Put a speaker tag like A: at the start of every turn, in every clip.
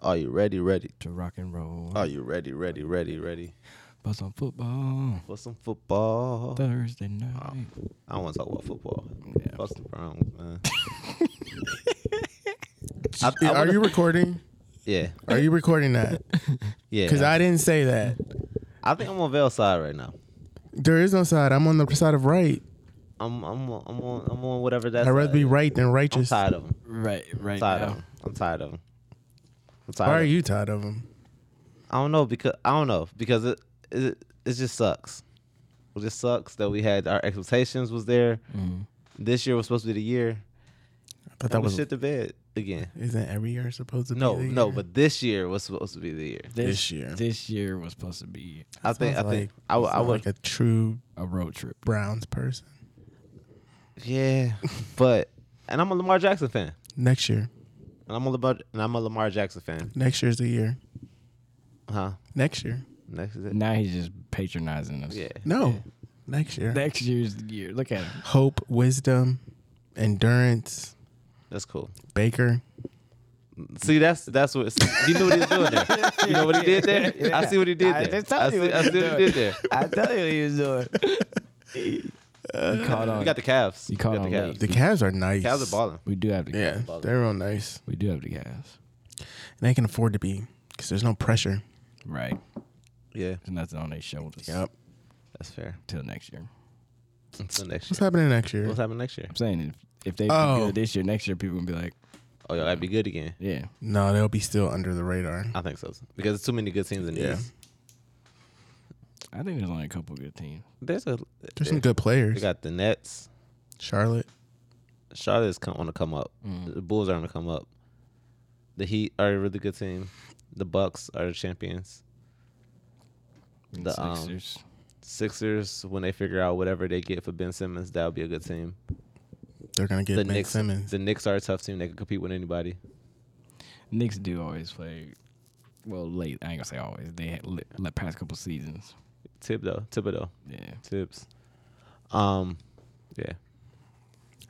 A: Are you ready? Ready?
B: to rock and roll.
A: Are you ready? Ready? Ready? Ready
B: But some football
A: for some football?
B: Thursday night.
A: I don't want to talk about football.
B: Yeah.
A: Fuck the Browns, man. I- I
C: Are
A: wanna-
C: you recording?
A: Yeah,
C: Are you recording that?
A: yeah.
C: Because I didn't say that.
A: I think I'm on Vale side right now.
C: There is no side. I'm on the side of right.
A: I'm I'm on, I'm on I'm on whatever that's. uh,
C: I'd rather be right than
A: I'm
C: righteous. Why
A: tired of them.
B: Right, right
A: Tired of
B: now.
A: 'em. I'm tired of them. I'm tired.
C: are
A: of 'em.
C: you tired of him?
A: I don't know because I don't know because it it, it just sucks. It just sucks that we had our expectations was there.
B: Mm-hmm.
A: This year was supposed to be the year.
C: I thought
A: That
C: that
A: was
C: was.
A: shit to bed again.
C: Isn't every year supposed to be?
A: No,
C: the
A: no,
C: year?
A: but this year was supposed to be the year.
C: This year.
B: This year was supposed to be
A: I think I
C: Sounds
A: think
C: like-
A: I, w- I
C: sounds
A: would
C: like a true
B: a road trip.
C: Browns person.
A: yeah, but and I'm a Lamar Jackson fan.
C: Next year.
A: And I'm a Lamar and I'm a Lamar Jackson fan.
C: Next year's the year.
A: Huh?
C: Next year.
A: Next is it?
B: Now he's just patronizing us.
A: Yeah.
C: No.
A: yeah.
C: Next year.
B: Next year's the year. Look at him.
C: Hope, wisdom, endurance,
A: That's cool.
C: Baker.
A: See, that's that's what you knew what he was doing there. You know what he did there? I see what he did
B: I
A: there.
B: just told
A: I
B: you
A: see,
B: what
A: I
B: he
A: see
B: was
A: what he did there.
B: I tell you what he was doing. you caught on.
A: You got the Cavs.
B: You caught
A: got
B: on
A: the Cavs.
B: late.
C: The Cavs are nice.
A: Mm. Cavs are balling.
B: we do have the
C: Yeah,
A: balling.
C: they're real nice.
B: We do have the gas.
C: And they can afford to be because there's no pressure.
B: Right.
A: Yeah,
B: There's nothing on their shoulders.
C: Yep.
A: that's fair.
B: Till next year.
A: Until next
C: What's
A: year.
C: happening next year?
A: What's happening next year?
B: I'm saying if, if they
C: Oh.
B: do good this year, next year people gonna be like,
A: Oh, y'all gotta be good again.
B: yeah,
C: No, they'll be still under the radar.
A: I think so because there's too many good teams in the
C: Yeah.
A: East.
B: I think there's only a couple good teams.
A: There's a
C: There's some good
A: We
C: players.
A: got the Nets.
C: Charlotte.
A: Charlotte's come, on to come up.
C: Mm.
A: The Bulls are on to come up. The Heat are a really good team. The Bucks are the champions.
B: And
A: The, um,
B: Sixers.
A: Sixers, when they figure out whatever they get for Ben Simmons, that'll be a good team.
C: They're gonna get
A: the
C: Ben
A: Knicks,
C: Simmons.
A: the Knicks are a tough team. They can compete with anybody.
B: Knicks do always play. Well, late. I ain't gonna say always. They had li- the past couple seasons.
A: Thibodeau, Thibodeau,
B: Yeah.
A: Tibbs. Um, yeah.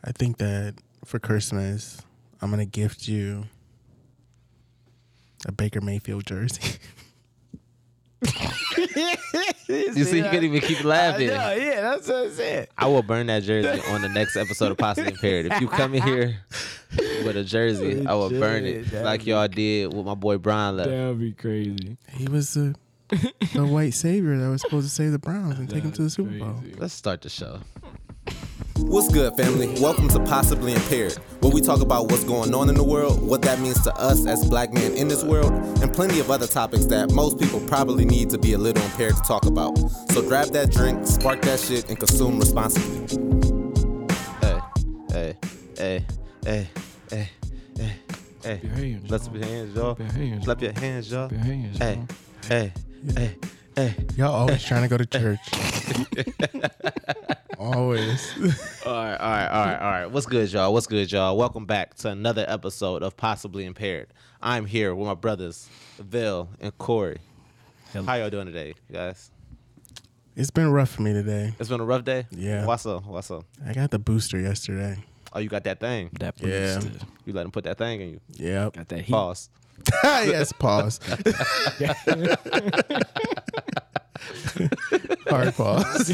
C: I think that for Christmas, I'm gonna gift you a Baker Mayfield jersey.
A: You see, you can't even keep laughing. I,
B: yeah, that's what I said.
A: will burn that jersey on the next episode of Possibly Impaired. If you come in here with a jersey, I will burn it
B: Legit,
A: like y'all did with my boy Brian left.
B: That would be crazy.
C: he was the the white savior that was supposed to save the Browns and take them to the Super Bowl.
A: Let's start the show.
D: What's good, family? Welcome to Possibly Impaired, where we talk about what's going on in the world, what that means to us as black men in this world, and plenty of other topics that most people probably need to be a little impaired to talk about. So grab that drink, spark that shit, and consume responsibly.
A: Hey, hey, hey, hey, hey, hey, hey.
B: your hands,
A: Let's
B: y'all.
A: your hands, y'all.
B: Clap your hands,
A: Clap
B: y'all.
A: your hands, y'all.
B: Your hands,
A: Hey, hey, hey, hey.
C: Y'all always trying to go to church. always.
A: All right, all right, all right, all right. What's good, y'all? What's good, y'all? Welcome back to another episode of Possibly Impaired. I'm here with my brothers, Vil and Corey.
B: Hello.
A: How y'all doing today, guys?
C: It's been rough for me today.
A: It's been a rough day.
C: Yeah.
A: What's up? What's up?
C: I got the booster yesterday.
A: Oh, you got that thing.
B: That
C: Yeah.
B: booster.
A: You let him put that thing in you.
C: Yep.
B: Got that heat.
A: Pause.
C: yes, pause. Hard pause.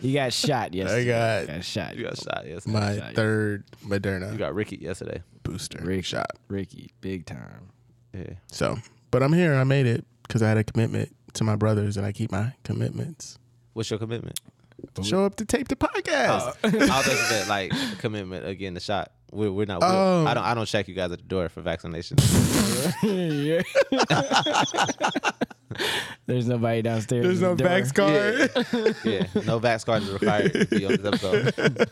B: He got shot yesterday.
C: got-
B: got shot.
A: You got shot. Yes.
C: My
B: Shot, yeah.
C: third Moderna
A: You got Ricky yesterday.
C: booster
B: Rick
C: shot.
B: Ricky, big time.
A: Yeah.
C: So, but I'm here. I made it because I had a commitment to my brothers, and I keep my commitments.
A: What's your commitment?
C: Show up to tape the podcast.
A: I was thinking that like commitment of getting the shot. We're, we're not. we
C: Oh.
A: I don't. I don't check you guys at the door for vaccinations.
B: yeah. There's nobody downstairs.
C: There's no
B: at the door.
C: vax card.
A: yeah, no vax card is required to be on this episode.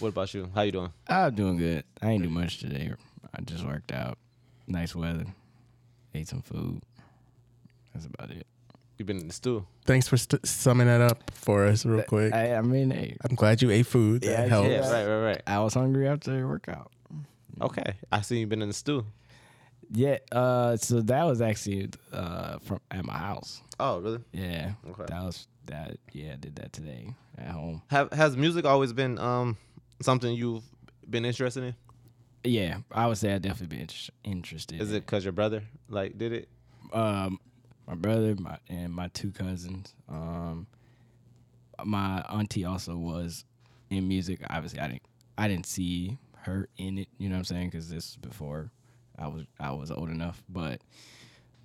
A: what about you? How you doing?
B: I'm doing good. I ain't do much today. I just worked out. Nice weather. Ate some food. That's about it.
A: You been in the stew?
C: Thanks for st- summing that up for us real quick. I,
B: I, I mean, hey,
C: am glad you ate food. That
B: Yeah,
C: helped.
A: Yeah, right, right, right.
B: I was hungry after the workout.
A: Okay, I see you been in the stew.
B: Yeah. Uh. So that was actually uh from at my house.
A: Oh, really?
B: Yeah.
A: Okay.
B: That was that. Yeah. I did that today at home.
A: Have has music always been um something you've been interested in?
B: yeah, I would say I'd definitely be inter- interested.
A: Is it because your brother like did it?
B: um, my brother my, and my two cousins. Um, my auntie also was in music. Obviously, I didn't I didn't see her in it. You know what I'm saying? Because this was before I was I was old enough. But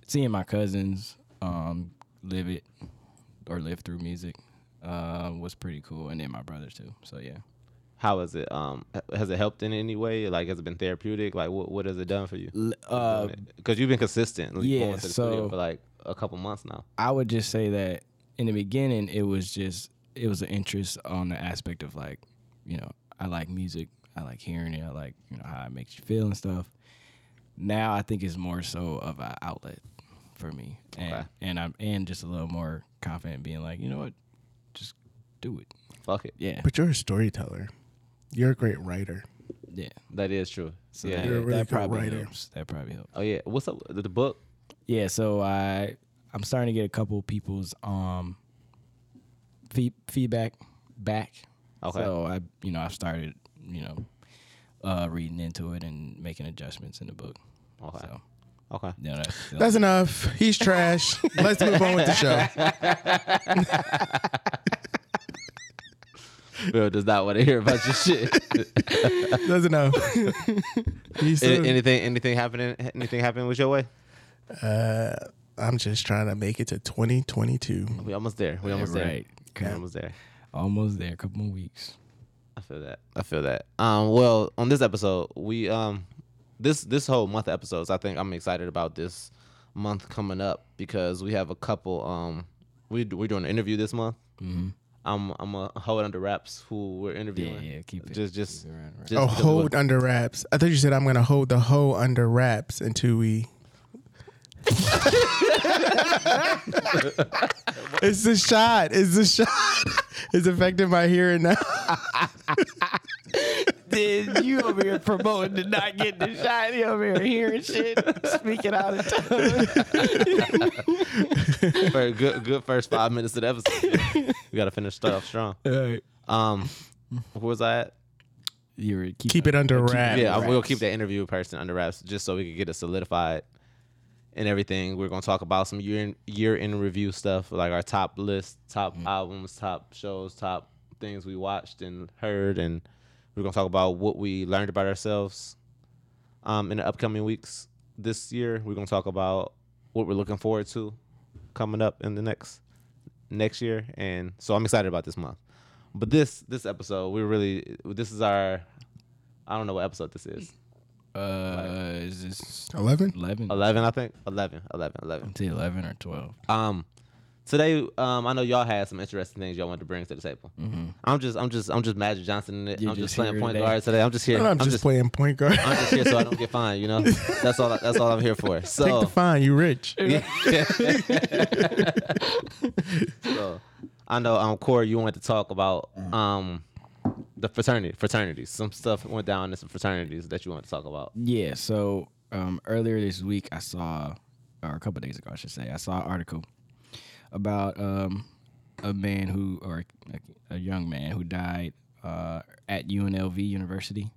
B: seeing my cousins um, live it or live through music uh, was pretty cool, and then my brothers too. So yeah.
A: How is it? Um, h- has it helped in any way? Like, has it been therapeutic? Like, what what has it done for you?
B: L- Uh,
A: Because you've been consistent. like,
B: yeah,
A: going to the studio
B: so-
A: for like a couple months now.
B: I would just say that in the beginning, it was just it was an interest on the aspect of like, you know, I like music, I like hearing it, I like you know how it makes you feel and stuff. Now I think it's more so of an outlet for me, and
A: Okay.
B: and I'm and just a little more confident, in being like, you know what, just do it.
A: Fuck it.
B: Yeah,
C: But you're a storyteller. You're a great writer.
B: yeah.
A: That is true.
B: So
A: yeah.
B: that,
C: You're a really
B: that
C: good
B: probably
C: writer.
B: helps. That probably helps.
A: Oh yeah. What's up? The, the book.
B: Yeah, so I I'm starting to get a couple people's um fee- feedback back.
A: Okay.
B: So I you know I've started you know uh reading into it and making adjustments in the book.
A: Okay.
B: So
A: Okay.
B: you know, that's,
C: That's enough. He's trash. Let's move on with the show.
A: Bill does not want to hear about your shit.
C: That's enough. You
A: Any-
C: still-
A: anything? Anything happening? Anything happening with your way?
C: uh, I'm just trying to make it to 2022.
A: We almost there. We almost
B: right.
A: there. We
B: Okay.
A: almost there.
B: Almost there. A couple more weeks.
A: I feel that. I feel that. Um, well, on this episode, we um, this this whole month of episodes, I think I'm excited about this month coming up because we have a couple. Um, we we're doing an interview this month.
B: Mm-hmm.
A: I'm I'm a hold under wraps who we're interviewing.
B: yeah, keep it-
A: Just just,
B: keep it around, right.
A: just
C: Oh,
A: because
C: hold
A: we're-
C: under wraps. I thought you said I'm going to hold the whole under wraps until we. it's the shot. It's the shot. It's affecting my hearing now.
B: Then you over here promoting to not get the shot. You over here hearing shit, speaking out of time.
A: for a good good first five minutes of the episode. we gotta finish start off strong. Um, where was I at?
B: You were keep,
C: Keep it under wraps.
A: Yeah, I'm- we'll
B: wraps.
A: keep that interview person under wraps just so we can get it solidified and everything. We're gonna talk about some year in, year in review stuff, like our top list, top albums, top shows, top things we watched and heard, and we're gonna talk about what we learned about ourselves um, in the upcoming weeks this year. We're gonna talk about what we're looking forward to coming up in the next next year, and so I'm excited about this month. But this this episode, we're really this is our I don't know what episode this is.
B: Uh, is this
C: 11?
B: 11?
A: 11, I think. 11, 11, 11.
B: to 11 or 12.
A: Um, today, um, I know y'all had some interesting things y'all wanted to bring to the table. I'm just, I'm just, I'm just Magic Johnson. In it.
B: You
A: I'm just,
B: just
A: playing
B: here
A: point
B: today.
A: guard today. I'm just here.
C: I'm just, playing point guard.
A: I'm just here so I don't get fined. You know, that's all. I, that's all I'm here for.
C: Take
A: So,
C: the fine. You rich.
A: so, I know, um, Corey, you wanted to talk about, um, the fraternity, fraternities. Some stuff went down in some fraternities that you wanted to talk about.
B: Yeah. So um, earlier this week, I saw, or a couple days ago, I should say, I saw an article about um, a man who, or a, a young man who died uh, at UNLV University.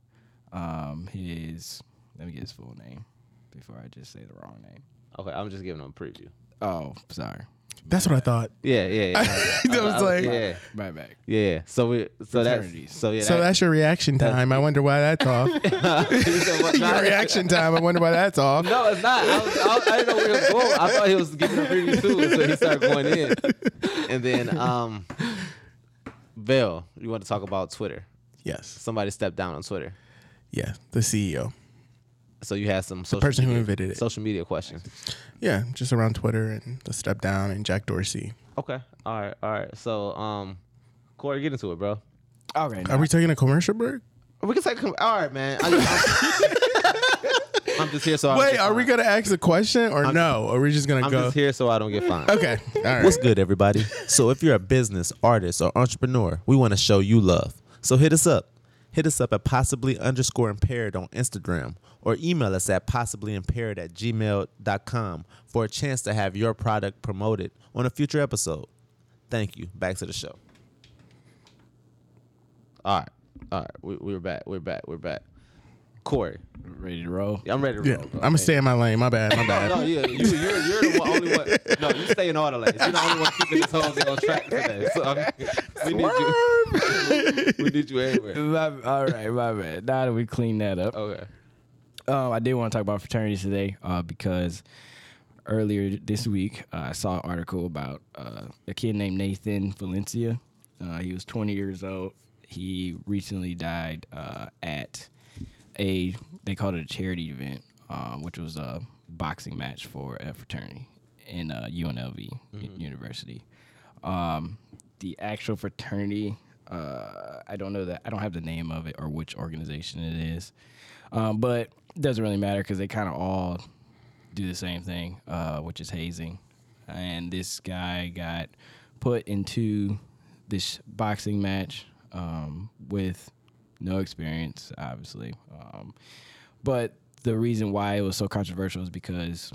B: Um, his, let me get his full name before I just say the wrong name.
A: Okay, I'm just giving them a preview.
B: Oh, sorry.
C: That's what I thought.
A: Yeah, yeah, yeah.
C: I was like,
A: yeah,
B: My back.
A: yeah. So we, so that's,
B: Fraternities.
A: so yeah.
C: so
A: that-
C: that's your reaction time. I wonder why that's off.
A: He said, "What's
C: your
A: not-
C: reaction time. I wonder why that's off.
A: No, it's not. I, was, I, was- I didn't know where he was going. I thought he was giving a preview too, so he started going in. And then, um, Bill, you want to talk about Twitter?
C: Yes.
A: Somebody stepped down on Twitter,
C: Yeah. The E CEO.
A: so you had some social
C: person who
A: media,
C: invented it.
A: Social media questions.
C: Yeah. Just around Twitter and the step down and Jack Dorsey.
A: Okay. All right. All right. So, um, Corey, get into it, bro.
B: Okay.
C: Are we taking a commercial break?
A: We can take. a- All right, man. I, am Uh, just here so. I don't
C: Wait,
A: get
C: are we
A: fined.
C: going to ask a question or no? Are we just going to
A: I'm
C: go?
A: just here so I don't get fined.
C: Okay. All right.
D: What's good, everybody? So, if you're a business, artist, or entrepreneur, we want to show you love. So, hit us up. Hit us up at possibly underscore impaired on Instagram or email us at possibly impaired at gmail.com for a chance to have your product promoted on a future episode. Thank you. Back to the show.
A: All right. All right. We, we're back. We're back. We're back. Corey.
B: Ready to roll.
A: I'm ready to
C: Yeah,
A: roll.
C: I'm
A: bro.
C: gonna stay in my lane. My bad. My
A: No,
C: bad.
A: yeah, you, you're, you're the one, only one. No, you stay in all the lanes. You're the only one keeping this whole thing on track today. So I mean, we need you. We need you everywhere.
B: My- all right, my bad. Now that we clean that up,
A: Okay.
B: um, I did want to talk about fraternities today uh, because earlier this week uh, I saw an article about uh, a kid named Nathan Valencia. Uh, he was 20 years old. He recently died uh, at a they called it a charity event, uh, which was a boxing match for a fraternity in uh, UNLV University. Um, the actual fraternity, uh, I don't know that I don't have the name of it or which organization it is, um, but it doesn't really matter because they kind of all do the same thing, uh, which is hazing. And this guy got put into this boxing match um, with no experience, obviously. Um, but the reason why it was so controversial is because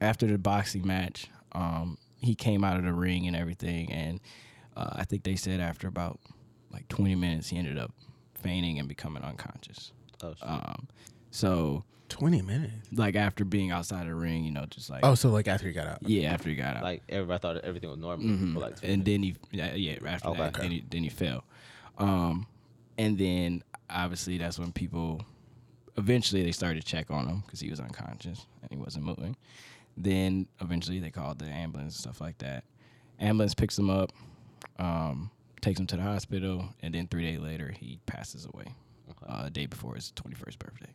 B: after the boxing match, um, he came out of the ring and everything, and uh, I think they said after about like 20 minutes, he ended up fainting and becoming unconscious.
A: Oh, shit.
B: Um, so,
C: Twenty minutes.
B: like after being outside of the ring, you know, just like
C: Oh, so like after you got out.
B: yeah, after he got out, Mm-hmm.
A: like everybody thought everything was normal. for like 20
B: and then he yeah, yeah after
A: Okay.
B: that then he, then he fell, um, and then obviously that's when people eventually they started to check on him because he was unconscious and he wasn't moving. Then eventually they called the ambulance and stuff like that. Ambulance picks him up, um, takes him to the hospital, and then three days later he passes away. Uh, day before his twenty first birthday.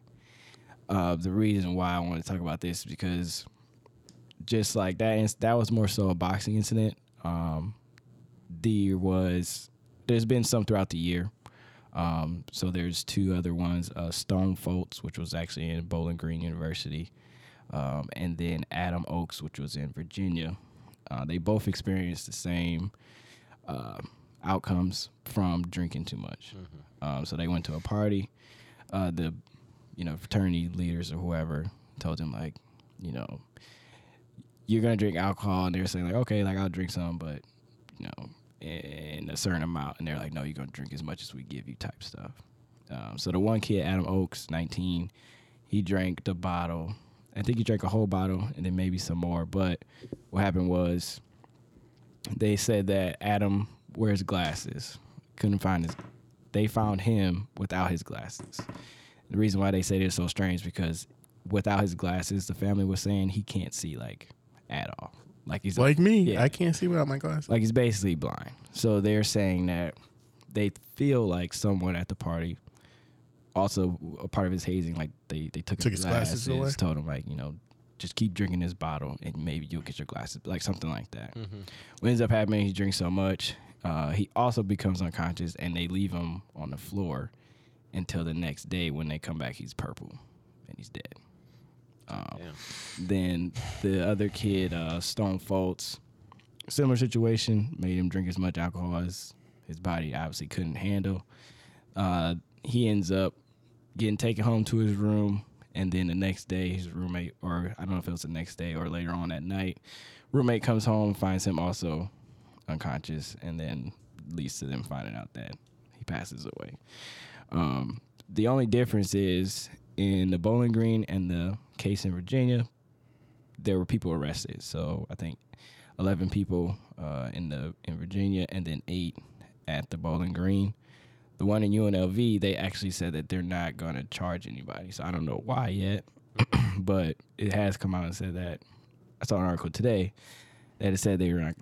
B: Uh, the reason why I want to talk about this is because just like that ins- that was more so a boxing incident um there was there's been some throughout the year um so there's two other ones uh stone foltz which was actually in bowling green university um and then adam oaks which was in virginia uh, they both experienced the same uh, outcomes from drinking too much um so they went to a party uh the you know fraternity leaders or whoever told them like you know you're gonna drink alcohol, and they're saying like, okay, like I'll drink some, but you know, in a certain amount, and they're like, no, you're gonna drink as much as we give you, type stuff. Um, so the one kid, Adam Oaks, 19, he drank the bottle. I think he drank a whole bottle and then maybe some more. But what happened was they said that Adam wears glasses. Couldn't find his. They found him without his glasses. The reason why they say they're so strange because without his glasses, the family was saying he can't see like at all. Like he's
C: Like me,
B: Yeah.
C: I can't see without my glasses.
B: like he's basically blind. So they're saying that they feel like someone at the party. Also, a part of his hazing, like they they took,
C: Took
B: his
C: his glasses
B: glasses,
C: away?
B: told him like you know, just keep drinking this bottle and maybe you'll get your glasses, like something like that. What ends up happening, he drinks so much, uh, he also becomes unconscious, and they leave him on the floor until the next day when they come back, he's purple and he's dead. Um,
A: Damn.
B: then the other kid, uh, Stone Foltz, similar situation, made him drink as much alcohol as his body obviously couldn't handle. Uh, he ends up getting taken home to his room, and then the next day, his roommate, or I don't know if it was the next day or later on that night, roommate comes home, finds him also unconscious, and then leads to them finding out that he passes away. Um, the only difference is in the Bowling Green and the case in Virginia, there were people arrested. So I think eleven people uh, in the in Virginia, and then eight at the Bowling Green. The one in UNLV, they actually said that they're not going to charge anybody. So I don't know why yet, but it has come out and said that. I saw an article today that it said they were not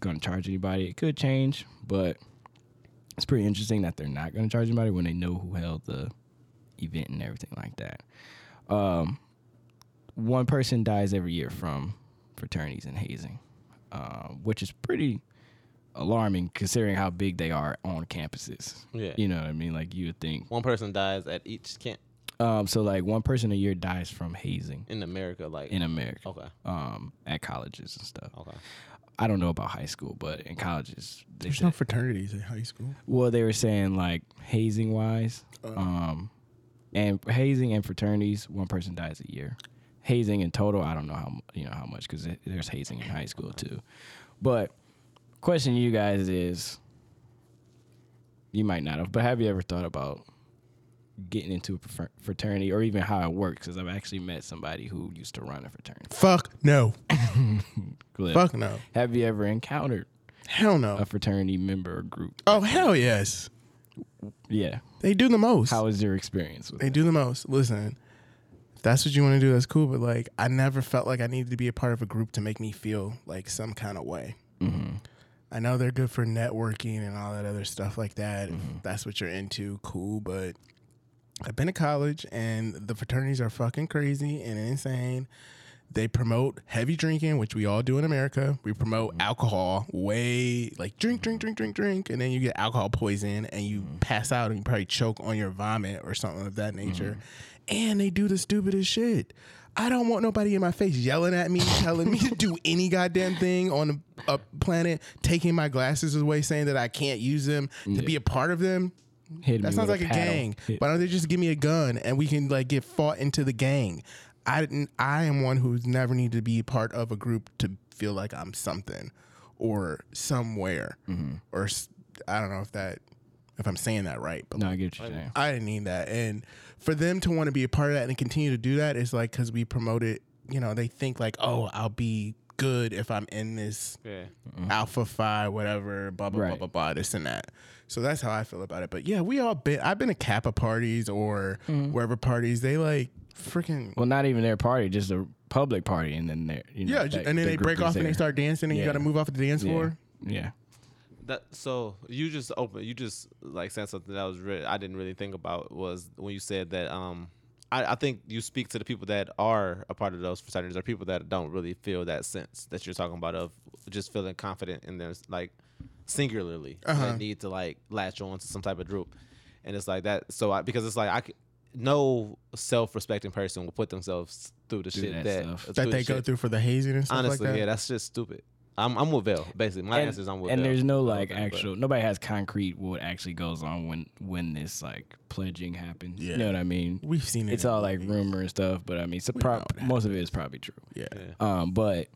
B: going to charge anybody. It could change, but it's pretty interesting that they're not going to charge anybody when they know who held the event and everything like that. Um, one person dies every year from fraternities and hazing, uh, which is pretty alarming considering how big they are on campuses.
A: Yeah.
B: You know what I mean? Like you would think.
A: One person dies at each camp
B: Um, so like one person a year dies from hazing
A: in America. Like
B: in America.
A: okay,
B: Um, at colleges and stuff.
A: okay.
B: I don't know about high school, but in colleges, they
C: There's
B: said-
C: no fraternities in high school.
B: Well, they were saying like hazing wise,
C: Uh-huh.
B: um, and hazing and fraternities, one person dies a year. Hazing in total, I don't know how mu- you know how much because there's hazing in high school too. But question to you guys is, you might not have, but have you ever thought about getting into a fr- fraternity or even how it works. Because I've actually met somebody who used to run a fraternity.
C: Fuck no.
B: Cliff,
C: Fuck Oh. no.
B: Have you ever encountered
C: Hell
B: a
C: no.
B: fraternity member or group?
C: Oh hell yes.
B: Yeah.
C: They do the most.
B: How was your experience with
C: They
B: it?
C: do the most. Listen, if that's what you want to do. That's cool. But like, I never felt like I needed to be a part of a group to make me feel like some kind of way.
B: Mm-hmm.
C: I know they're good for networking and all that other stuff like that.
B: Mm-hmm.
C: If that's what you're into, cool. But I've been to college and the fraternities are fucking crazy and insane. They promote heavy drinking, which we all do in America. We promote alcohol way like drink, drink, drink, drink, drink, and then you get alcohol poison and you pass out and you probably choke on your vomit or something of that nature. And they do the stupidest shit. I don't want nobody in my face yelling at me, telling me to do any goddamn thing on a, a planet, taking my glasses away, saying that I can't use them, to be a part of them.
B: Hit me
C: That sounds
B: with
C: like a,
B: paddle.
C: gang.
B: Hit-
C: Why don't they just give me a gun and we can like get fought into the gang? I didn't. I am one who's never needed to be part of a group to feel like I'm something or somewhere
B: Mm-hmm.
C: or s- I don't know if that if I'm saying that right, but
B: no, I get what you're saying.
C: I didn't need that. And for them to want to be a part of that and continue to do that is like because we promote it. You know, they think like, oh, I'll be good if I'm in this
A: Yeah.
C: alpha phi whatever blah blah blah
B: Mm-hmm. Right.
C: blah blah this and that so that's how i feel about it but yeah we all been i've been to kappa parties or wherever parties they like freaking
B: Mm-hmm. Well, not even their party, just a public party, and then they're you know,
C: yeah
B: that-
C: ju- and
B: the
C: then they
B: group
C: break
B: is
C: off and
B: there.
C: they start dancing and
B: Yeah.
C: you gotta move off the dance
B: Yeah.
C: floor
B: Yeah.
A: That so you just open you just like said something that was re- I didn't really think about was when you said that um I, I think you speak to the people that are a part of those fraternities or people that don't really feel that sense that you're talking about of just feeling confident in their like singularly
C: Uh-huh.
A: that need to like latch on to some type of group and it's like that so I because it's like I c- no self respecting person will put themselves through the shit
B: that
A: that
B: stuff.
A: through
C: that
A: the
C: they go
A: shit.
C: through for the hazing and stuff
A: honestly
C: like that
A: yeah that's just stupid I'm I'm with Vel basically my
B: and,
A: answer is I'm with
B: and
A: Vel.
B: there's no
A: I don't
B: like
A: think, but-
B: actual nobody has concrete what actually goes on when when this like pledging happens you know what i mean
C: we've seen it
B: it's all like rumor and stuff but i mean it's a
C: know
B: prop
C: what
B: most of it is probably true
C: yeah
B: um but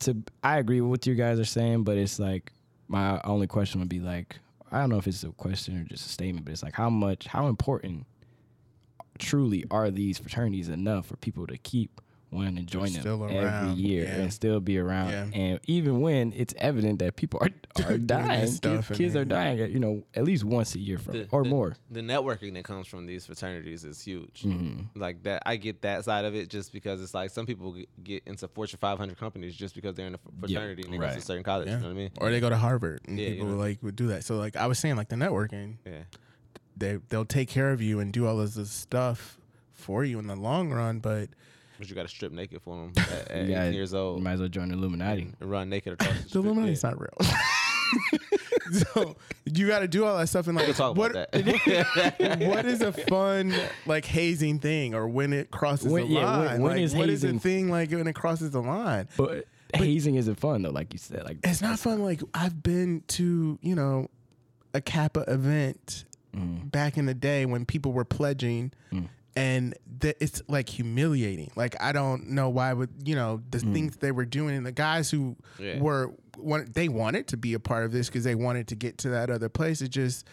B: to i agree with what you guys are saying but it's like my only question would be like i don't know if it's a question or just a statement but it's like how much how important truly are these fraternities enough for people to keep wanting to join them
C: still
B: every
C: around,
B: year
C: yeah.
B: and still be around.
C: Yeah.
B: And even when it's evident that people are, are
C: Doing that
B: dying,
C: stuff
B: kids,
C: and
B: kids are
C: then-
B: dying, at, you know, at least once a year from
A: the-
B: or
A: the-
B: more.
A: The networking that comes from these fraternities is huge.
C: Mm.
B: Mm-hmm.
A: Like that, I get that side of it just because it's like some people g- get into Fortune 500 companies just because they're in a fr- fraternity and they go to
B: right.
A: a certain college.
C: Yeah.
A: You know what I mean?
C: or they go to harvard and
A: Yeah, you
C: people
A: know.
C: like would do that so like i was saying like the networking
A: Yeah.
C: they they'll take care of you and do all of this stuff for you in the long run but
A: But you got to strip naked for them at, at
B: You
A: 18
B: guys
A: years old
B: might as well join the Illuminati.
A: and run naked across the
C: The
A: strip.
C: Illuminati's
A: yeah.
C: not real. so you got to do all that stuff and like
A: We'll talk
C: what
A: about that.
C: what is a fun like hazing thing or when it crosses
B: When-
C: the
B: yeah,
C: line?
B: when- when
C: like,
B: is
C: what is
B: hazing-
C: a thing like when it crosses the line?
B: But, hazing isn't fun though, like you said. Like
C: It's not fun. Like I've been to you know a Kappa event back in the day when people were pledging. And th- it's like humiliating. Like I don't know why would you know the things they were doing and the guys who
A: Yeah.
C: were want, they wanted to be a part of this because they wanted to get to that other place. It just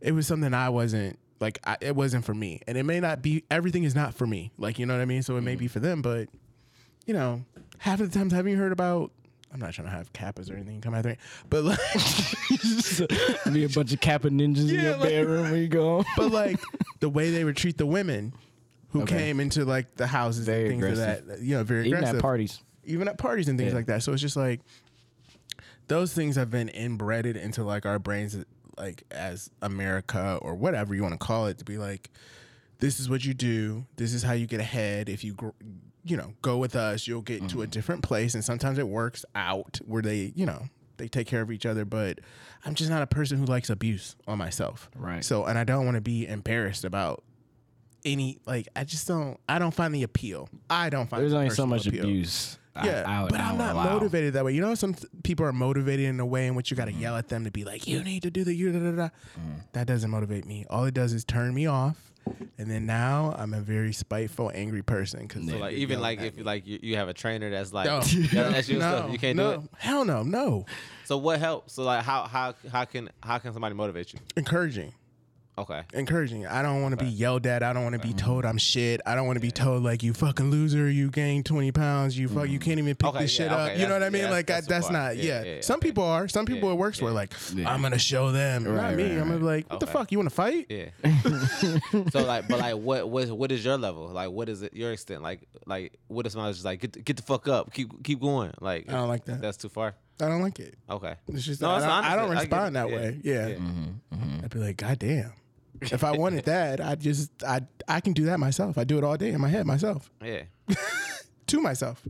C: it was something I wasn't like I, it wasn't for me, and it may not be everything is not for me. Like you know what I mean. So it may be for them, but you know, half of the times have you heard about? I'm not trying to have kappas or anything come after me, but like,
B: be a bunch of Kappa ninjas in
C: Yeah,
B: your
C: like-
B: bedroom when you go.
C: but like the way they would treat the women who
B: Okay.
C: came into like the houses
B: Very
C: and things
B: aggressive.
C: of that, you know, very
B: Even
C: aggressive.
B: at parties.
C: even at parties and things
B: Yeah.
C: like that. So it's just like those things have been inbreded into like our brains, like as America or whatever you want to call it, to be like, this is what you do. This is how you get ahead. If you, gr- you know, go with us, you'll get
B: Mm-hmm.
C: to a different place. And sometimes it works out where they, you know, they take care of each other. But I'm just not a person who likes abuse on myself.
B: Right.
C: So, and I don't want to be embarrassed about any, like, I just don't, I don't find the appeal. I don't find
B: There's
C: the
B: only so
C: personal
B: much
C: appeal.
B: abuse. I-
C: Yeah,
B: I would-
C: but
B: I
C: I'm
B: would
C: not
B: allow.
C: motivated that way. You know, how some th- people are motivated in a way in which you got to
B: Mm-hmm.
C: yell at them to be like, "You need to do the you da da da." That doesn't motivate me. All it does is turn me off, and then now I'm a very spiteful, angry person. Because
A: So like even like if like you, you have a trainer that's like
C: no,
A: that- that's your
C: no,
A: stuff you can't
C: no,
A: do it.
C: Hell no, no.
A: So what helps? So like how how how can how can somebody motivate you?
C: Encouraging.
A: Okay.
C: encouraging. I don't want to be yelled at. I don't want to be
B: Mm-hmm.
C: told I'm shit. I don't want to be told like you fucking loser. You gained 20 pounds. You
B: Mm-hmm.
C: fuck. You can't even pick
A: Okay,
C: this shit
A: yeah,
C: up.
A: okay,
C: you know
A: that's-
C: what I mean?
A: yeah,
C: like
A: that's
C: I, that's
A: too far.
C: not.
A: Yeah,
C: Yeah.
A: yeah, yeah,
C: Some
A: okay.
C: people are. Some people
A: Yeah,
C: it works for. Like
B: Yeah.
C: I'm gonna show them.
B: Right,
C: not me.
B: right,
C: I'm gonna be like, what the
A: Okay.
C: fuck? You want to fight?
A: Yeah. so like, but like, what what what is your level? Like, what is it, your extent? Like, like, what if somebody's just like, get the- get the fuck up, keep keep going? Like,
C: I don't like that.
A: That's too far.
C: I don't like it.
A: Okay.
C: It's just
A: No,
C: I,
A: it's
C: don't,
A: honest.
C: I don't
A: I get
C: respond
A: it.
C: that
A: Yeah.
C: way. Yeah.
A: Yeah.
B: Mm-hmm,
C: I'd be like, God damn. If I wanted that, I just I I can do that myself. I do it all day in my head myself
A: Yeah.
C: to myself.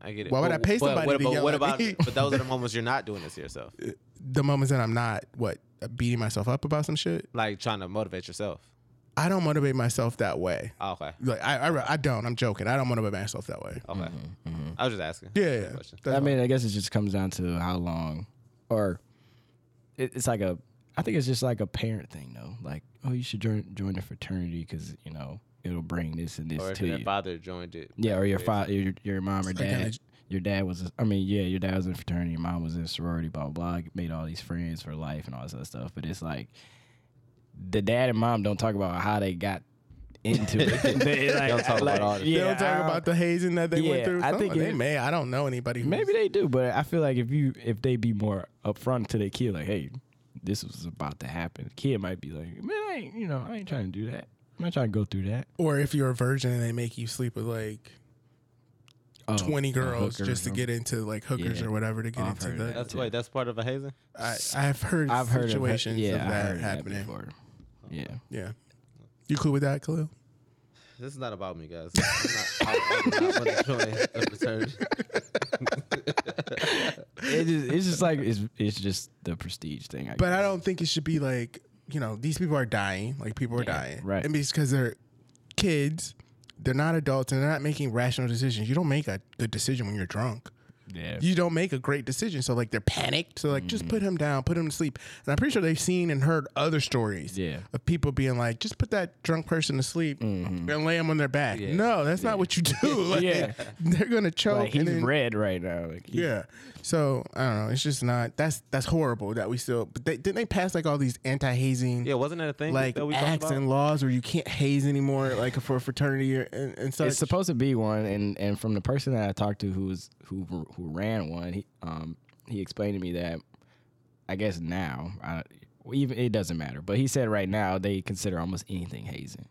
A: I get it.
C: Why would
A: But-
C: I pay
A: but
C: somebody
A: What,
C: to
A: but
C: yell
A: what
C: at
A: about?
C: me?
A: But those are the moments you're not doing this to yourself.
C: The moments that I'm not what beating myself up about some shit,
A: Like trying to motivate yourself.
C: I don't motivate myself that way.
A: Oh, okay.
C: Like I, I, I don't. I'm joking. I don't motivate myself that way.
A: Okay.
B: Mm-hmm,
A: I was just asking.
C: Yeah, yeah. That's
A: Question.
B: I
C: all.
B: mean, I guess it just comes down to how long, or it, it's like a. I think it's just like a parent thing, though. Like, oh, you should join join a fraternity because you know it'll bring this and this
C: Oh,
A: Or if
B: to
A: your
B: you.
A: father joined it.
B: yeah, or your father, your, your mom or
C: It's like kinda
B: dad.
C: j-
B: Your dad was, a- I mean, yeah, your dad was in a fraternity, your mom was in a sorority, blah blah. blah made all these friends for life and all this other stuff. But it's like the dad and mom don't talk about how they got into it. they like,
A: Don't talk about
B: like,
A: all this.
B: yeah,
C: they don't
B: I
C: talk about the hazing that they
B: Yeah,
C: went through.
B: I
C: Some-
B: think
C: they
B: it-
C: may. I don't know anybody. Who's,
B: Maybe they do, but I feel like if you if they be more upfront to their kid, like, hey, this was about to happen. The kid might be like, man, I ain't, you know, I ain't trying to do that. I'm not trying to go through that.
C: or if you're a virgin and they make you sleep with like
B: Oh,
C: 20
B: a
C: girls
B: hooker or
C: just to
B: something.
C: get into like hookers
B: Yeah.
C: or whatever to get
B: I've
C: into
B: heard
C: the.
B: that.
A: That's wait. That's part of a hazing.
C: I, I've heard
B: I've heard
C: situations
B: of, yeah,
C: of
B: I've
C: that
B: heard of
C: happening.
B: before. Yeah,
C: yeah. You cool with that, Khalil?
A: This is not about me, guys. I'm not, I'm not gonna join a fraternity.
B: it is, it's just like it's it's just the prestige thing. I
C: But I
B: guess.
C: don't think it should be like, you know, these people are dying. Like, people are dying.
B: right.
C: And it's because they're kids, they're not adults, and they're not making rational decisions. You don't make a good decision when you're drunk.
B: Yeah,
C: You don't make a great decision. So, like, they're panicked. So, like, just
B: Mm.
C: put him down, put him to sleep. And I'm pretty sure they've seen and heard other stories
B: Yeah.
C: of people being like, just put that drunk person to sleep and lay him on their back. No, that's not what you do. Like,
B: Mm-hmm. Yeah.
C: They're going to choke.
B: like he's
C: and then-
B: red right now. Like, he-
C: yeah. So I don't know. It's just not. That's that's horrible that we still. But they, didn't they pass like all these anti-hazing
A: Yeah, wasn't that a thing?
C: like
A: that we talked
C: acts
A: about?
C: and laws where you can't haze anymore, like for a fraternity or, and, and such.
B: It's supposed to be one, and and from the person that I talked to who was who who ran one, he um he explained to me that I guess now I, even it doesn't matter, but he said right now they consider almost anything hazing,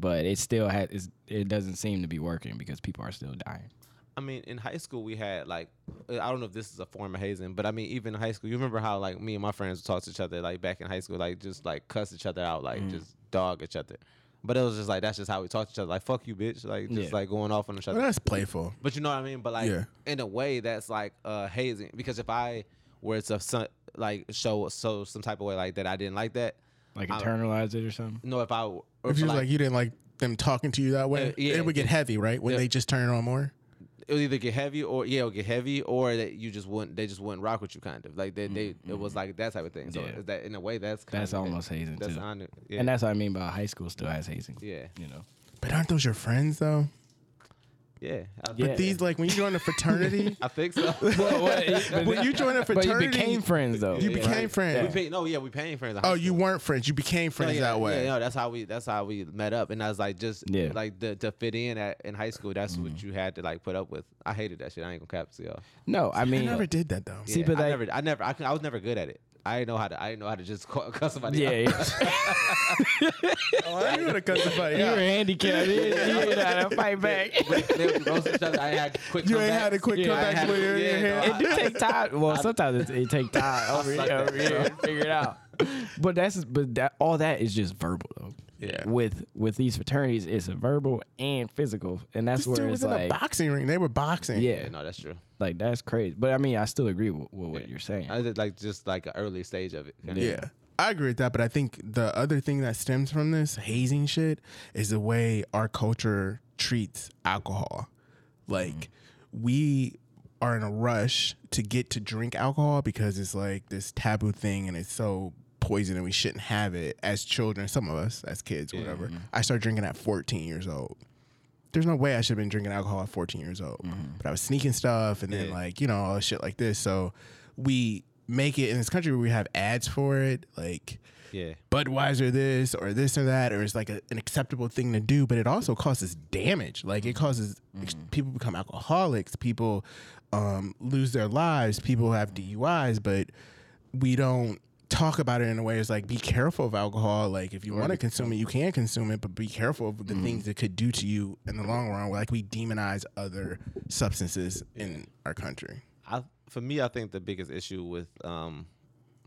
B: but it still has it's, it doesn't seem to be working because people are still dying.
A: I mean, in high school we had like uh, I don't know if this is a form of hazing, but I mean, even in high school, you remember how like me and my friends would talk to each other like back in high school, like just like cuss each other out,
C: Mm.
A: like just dog each other. But it was just like that's just how we talked to each other, like fuck you, bitch, like just
B: Yeah.
A: like going off on each
C: Well,
A: other.
C: that's playful.
A: But you know what I mean. But like
C: Yeah.
A: in a way, that's like uh, hazing because if I were to so- like show so some type of way like that, I didn't like that.
B: Like
A: I-
B: internalize it or something.
A: No, if I or
C: If you like, you didn't like them talking to you that way,
A: Uh, yeah,
C: it would get
A: yeah.
C: heavy, right? When
A: Yeah.
C: they just turn it on more.
A: it would either get heavy or yeah, it would get heavy or that you just wouldn't they just wouldn't rock with you kind of like they, they it was like that type of thing. So
B: Mm-hmm. Yeah.
A: is that in a way that's kind
B: That's
A: of
B: almost hazing
A: that's
B: too,
A: on it. Yeah.
B: and that's what I mean by high school still has hazing.
A: yeah,
B: You know,
C: But aren't those your friends though?
A: yeah. I,
B: Yeah.
A: think-
C: These like when you join a fraternity,
A: I think so.
C: when you join a
B: but you
C: fraternity,
B: became friends though.
C: You
A: Yeah,
C: became
A: right.
C: friends.
A: We pay, no, yeah, we paying friends. in high
C: Oh, you
A: school.
C: weren't friends. You became
A: No,
C: friends
A: yeah,
C: that way.
A: Yeah, no, that's how we that's how we met up, and I was like just
B: Yeah. Mm-hmm.
A: like the, to fit in at, in high school. That's what you had to like put up with. I hated that shit. I ain't gonna cap it to y'all.
B: no, I
C: I
B: mean
C: never did that though.
B: See,
A: Yeah,
B: but
A: I
B: like-
A: never, I never, I, could- I was never good at it. I didn't know how to. I didn't know how to just call, cuss somebody.
B: Yeah,
A: out.
B: yeah.
C: Oh, I knew how to cut somebody
B: you
C: out.
B: were handicapped. You didn't know how to fight back.
A: But they would roast each other. I had quick.
C: You ain't
A: comebacks.
C: had a quick
B: Yeah, I
C: comeback
A: had-
C: with your, your
A: yeah, no,
C: hand.
B: it do take time. Well, sometimes it, it take time over,
A: suck at
B: over
A: it,
B: here to figure it out. But that's but that all that is just verbal though.
C: Yeah.
B: With with these fraternities, it's verbal and physical, and that's
C: This
B: where
C: dude
B: it's
C: was in
B: like,
C: a boxing ring. They were boxing.
A: Yeah,
B: yeah,
A: no, that's true.
B: like that's crazy. But I mean, I still agree with, with what you're saying.
A: I did like just like an early stage of it. kinda.
C: Yeah. I agree with that, but I think the other thing that stems from this hazing shit is the way our culture treats alcohol. Like we are in a rush to get to drink alcohol because it's like this taboo thing and it's so poison and we shouldn't have it as children, some of us as kids, or whatever. I started drinking at 14 years old. There's no way I should have been drinking alcohol at 14 years old. But I was sneaking stuff and then like, you know, all this shit like this. So we make it in this country where we have ads for it, like
A: Yeah.
C: Budweiser this or this or that, or it's like a, an acceptable thing to do, but it also causes damage. Like it causes ex- people become alcoholics, people um, lose their lives, people have DUIs, but we don't talk about it in a way it's like be careful of alcohol. Like if you want to consume it, you can consume it, but be careful of the things it could do to you in the long run. Like we demonize other substances in our country.
A: I for me, I think the biggest issue with um,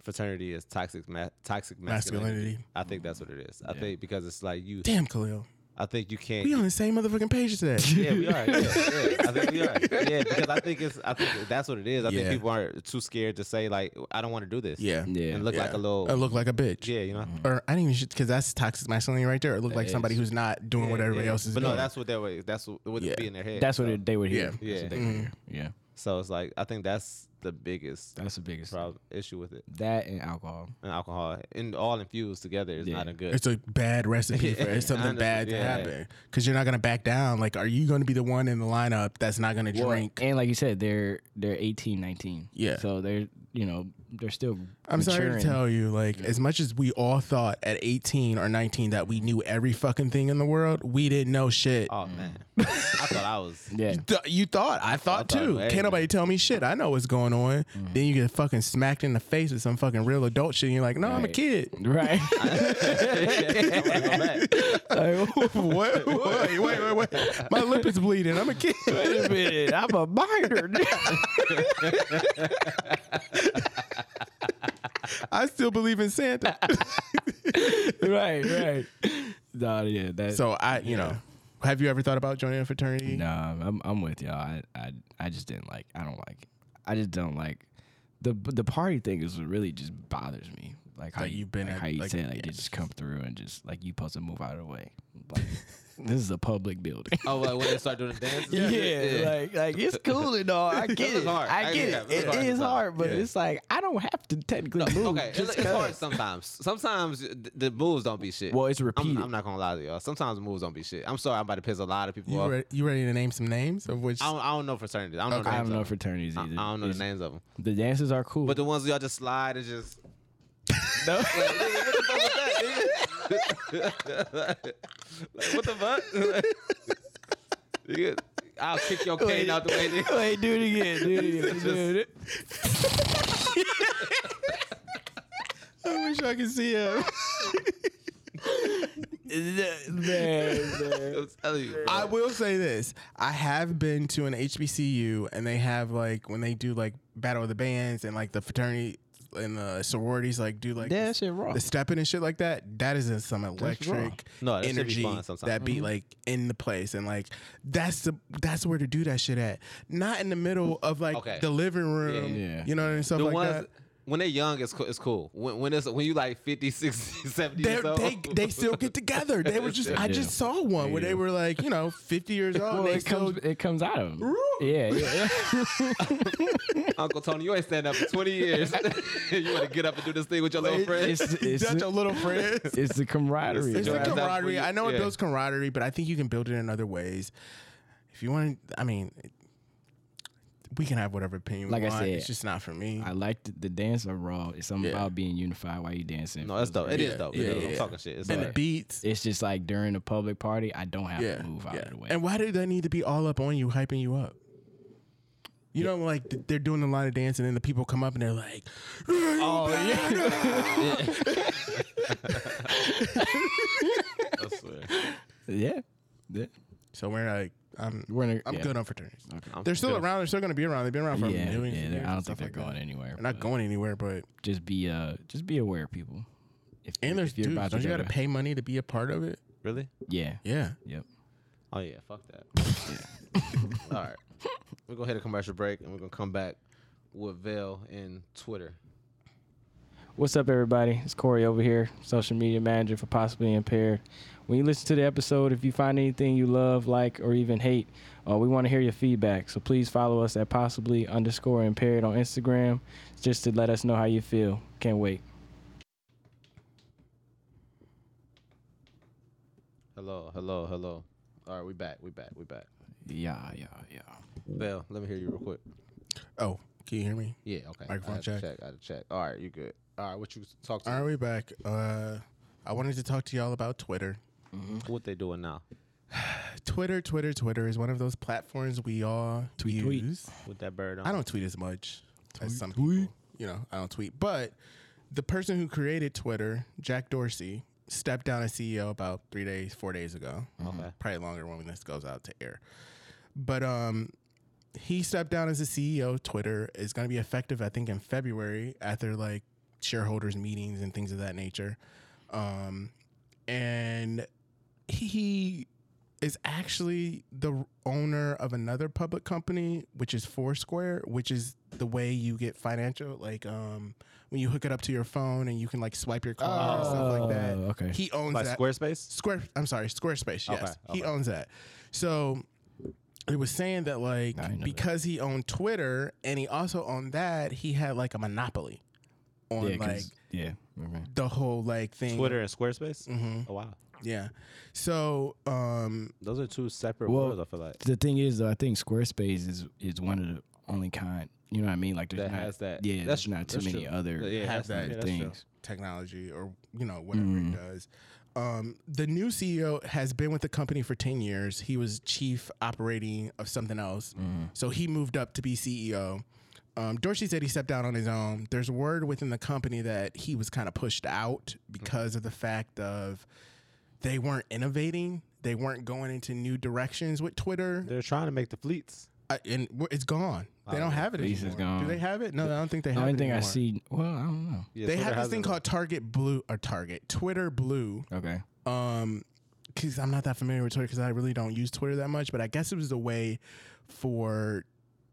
A: fraternity is toxic ma- toxic masculinity.
C: Masculinity.
A: I think that's what it is. I think because it's like you.
C: Damn, Khalil.
A: I think you can't.
C: We on the same motherfucking page today.
A: yeah, we are. Yeah, yeah. I think we are. Yeah, because I think it's. I think that's what it is. I
C: Yeah.
A: think people are too scared to say like, I don't want to do this.
C: Yeah. Mm-hmm.
B: Yeah.
A: and look like a little.
C: I look like a bitch.
A: yeah, you know.
C: Or I didn't even because that's toxic masculinity right there. It looked like somebody who's not doing what
A: Yeah,
C: everybody
A: yeah.
C: else is
A: But
C: doing.
A: no, that's what that way. That's what would
C: Yeah.
A: be in their head.
B: That's what
A: so.
B: it, they would hear.
C: Yeah.
A: Yeah.
B: Yeah. That's what they would
C: Mm.
B: hear. Yeah.
A: So it's like I think that's the biggest
B: That's the biggest
A: problem issue with it.
B: That and alcohol.
A: And alcohol and all infused together is not
B: Yeah.
A: a good.
C: it's a bad recipe for
A: Yeah,
C: it's something
A: honestly,
C: bad to
A: yeah.
C: happen because you're not gonna back down. Like, are you gonna be the one in the lineup that's not gonna drink?
B: And like you said, they're they're 18, 19.
C: Yeah.
B: So they're you know they're still.
C: I'm sorry to
B: maturing.
C: tell you, like, as much as we all thought at 18 or 19 that we knew every fucking thing in the world, we didn't know shit.
A: Oh man, I thought I was.
B: Mm. Yeah.
C: Th- you thought, I thought
A: I thought,
C: too.
A: well,
C: Can't nobody tell me shit. I know what's going on.
B: Mm-hmm.
C: Then you get fucking smacked in the face with some fucking real adult shit. And you're like, no, I'm a
B: Right.
C: kid.
B: Right. Like,
C: what? Wait, wait, wait, wait. My lip is bleeding. I'm a kid.
B: Wait a minute, I'm a minor.
C: I still believe in Santa.
B: right, right. Nah, yeah, that.
C: So I, you know, have you ever thought about joining a fraternity?
B: nah, I'm, I'm with y'all. I, I, I just didn't like. I don't like. It. I just don't like. The the party thing is what really just bothers me. Like how
C: Like
B: you
C: you've been
B: like
C: at-
B: how you
C: like-
B: say like they just come through and just like you supposed to move out of the way. Like, this is a public building.
A: Oh, like when they start doing the dances.
B: Yeah, like like it's cool and all. I get
A: looks
B: it.
A: hard.
B: I
A: I
B: get
A: understand.
B: it.
A: It
B: It
A: looks hard
B: is
A: sometimes.
B: hard, but
A: Yeah.
B: it's like I don't have to technically move.
A: Okay, it-
B: just
A: it's hard
B: 'cause.
A: sometimes. Sometimes the, the moves don't be shit.
B: Well, it's
A: I'm-
B: repeated.
A: I'm, not gonna lie to y'all. Sometimes the moves don't be shit. I'm sorry, I'm about to piss a lot of people
C: You,
A: off.
C: re- you ready to name some names of which?
A: I don't, I don't know fraternities. I don't know.
B: I
A: the
B: don't
A: names
B: know
A: of them.
B: fraternities
A: I,
B: either.
A: I don't know
B: It's-
A: the names of them.
B: The dances are cool,
A: But the ones y'all just slide is just.
B: No.
A: Like, nigga, what the fuck was that, nigga? like, what the fuck? Nigga, I'll kick your cane out the way. nigga.
B: Wait, do it again. Do it again. do it.
C: I wish I could see him.
B: Man, man.
A: I'm telling you,
C: I
A: bro.
C: will say this: I have been to an HBCU, and they have like when they do like battle of the bands and like the fraternity and the sororities like do like
B: Yeah, that shit raw.
C: the stepping and shit like that. That is in some electric
A: No, that shit be
C: energy
A: fun sometimes.
C: that
B: Mm-hmm.
C: be like in the place, and like that's the that's where to do that shit at, not in the middle of like
A: Okay.
C: the living room.
B: Yeah. Yeah.
C: You know what I mean? Stuff
A: the
C: like
A: ones
C: that.
A: when they're young, it's cool. It's cool. When when it's when you like 50, 60, 70
C: They're-
A: years old,
C: they they still get together. They were just I
B: Yeah.
C: just saw one where they were like you know fifty years old.
B: Well,
C: they
B: it
C: still-
B: comes it comes out of them. Yeah, yeah.
A: Uncle Tony, you ain't stand up for twenty years. you want to get up and do this thing with your little
B: It's
A: friends?
B: it's,
C: That's your little friends.
B: it's the camaraderie.
C: It's
A: Your
C: the
A: ass out for
C: camaraderie.
A: you.
C: I know it
A: Yeah.
C: builds camaraderie, but I think you can build it in other ways. If you want, I mean, we can have whatever opinion.
B: Like I
C: we want.
B: said,
C: it's just not for me.
B: I like the, the dance are raw. It's something
C: Yeah.
B: about being unified while you dancing.
A: No, that's dope. It is
C: Yeah,
A: dope.
C: yeah,
A: It is.
C: yeah.
A: I'm talking shit. It's
C: and the
A: like,
C: beats.
B: It's just like during a public party, I don't have
C: yeah,
B: to move out
C: yeah.
B: of the way.
C: And why do they need to be all up on you, hyping you up? You know, like th- they're doing a line of dance, and then the people come up and they're like,
B: oh yeah,
A: I swear.
B: yeah. yeah.
C: so we're like, I'm,
B: We're in a,
C: I'm
B: yeah.
C: good on fraternities.
A: I'm
C: They're still
A: good.
C: around. They're still going to be around. They've been around for
B: Yeah,
C: millions.
B: yeah. they're-
C: of years
B: I
C: and
B: don't
C: stuff
B: think they're
C: like
B: going
C: That.
B: anywhere.
C: They're not
B: but
C: going anywhere, but
B: Just be uh, just be aware, people. If you-
C: and there's
B: if you're
C: dudes.
B: about
C: Don't you
B: go
C: got to pay money to be a part of it?
A: Really?
B: Yeah.
C: Yeah.
B: Yep.
A: Oh yeah. Fuck that. All right. We're gonna hit a commercial break and we're gonna come back with Vail and Twitter.
B: What's up, everybody? It's Corey over here, social media manager for Possibly Impaired. When you listen to the episode, if you find anything you love, like, or even hate, uh, we want to hear your feedback. So please follow us at Possibly underscore Impaired on Instagram just to let us know how you feel. Can't wait.
A: Hello, hello, hello. All right, we back. We back. We back.
B: Yeah, yeah, yeah.
A: Vail, let me hear you real quick.
C: Oh, can you hear me?
A: Yeah. Okay.
C: Microphone
A: I had to
C: check.
A: check. I had to check. All right, you good? All right, what you talk to?
C: Are we back? Uh, I wanted to talk to y'all about Twitter.
A: What they doing now?
C: Twitter, Twitter, Twitter is one of those platforms we all
B: Tweet, tweet.
C: use.
A: With that bird on?
C: I don't tweet as much as some
B: tweet.
C: people. You know, I don't tweet. But the person who created Twitter, Jack Dorsey, stepped down as CEO about three days, four days ago.
A: Okay.
C: Probably longer when this goes out to air. But um, he stepped down as the CEO of Twitter. It's going to be effective, I think, in February at their like shareholders meetings and things of that nature. Um, and he is actually the owner of another public company, which is Foursquare, which is the way you get financial, like um, when you hook it up to your phone and you can like swipe your card and stuff like that.
B: Oh, okay.
C: He owns
A: Like
C: that.
A: Squarespace?
C: Square. I'm sorry, Squarespace. Yes,
A: Okay,
C: he owns that. So it was saying that like
B: didn't know
C: because he owned Twitter and he also owned that, he had like a monopoly on
B: yeah, 'cause-
C: like
B: yeah. Okay.
C: the whole like thing.
A: Twitter and Squarespace? Mm-hmm. Oh, wow.
C: Yeah. So um,
A: Those are two separate
B: Well,
A: worlds, I feel like.
B: The thing is, though, I think Squarespace is is one of the only kind. You know what I mean? Like, there's
A: That
B: not,
A: has that.
B: Yeah,
A: That's-
B: there's not too
A: that's
B: many
A: true.
B: other
A: Yeah, that's-
C: have
A: yeah,
C: that
A: that's true.
B: things.
C: technology or you know whatever
B: Mm.
C: it does. Um, the new CEO has been with the company for ten years. He was chief operating of something else,
B: Mm.
C: so he moved up to be CEO. Um, Dorsey said he stepped down on his own. There's word within the company that he was kind of pushed out because of the fact of they weren't innovating. They weren't going into new directions with Twitter,
A: They're trying to make the fleets.
C: I, and w- it's gone. They don't have it
B: Lease is
C: anymore.
B: gone.
C: Do they have it? No, I don't think they
B: The
C: have
B: only
C: it
B: thing I
C: anymore.
B: see. Well, I don't know.
A: Yeah,
C: They
A: Twitter
C: have
A: has
C: this thing
A: it.
C: called Target Blue or Target Twitter Blue.
B: Okay.
C: Um, because I'm not that familiar with Twitter because I really don't use Twitter that much. But I guess it was a way for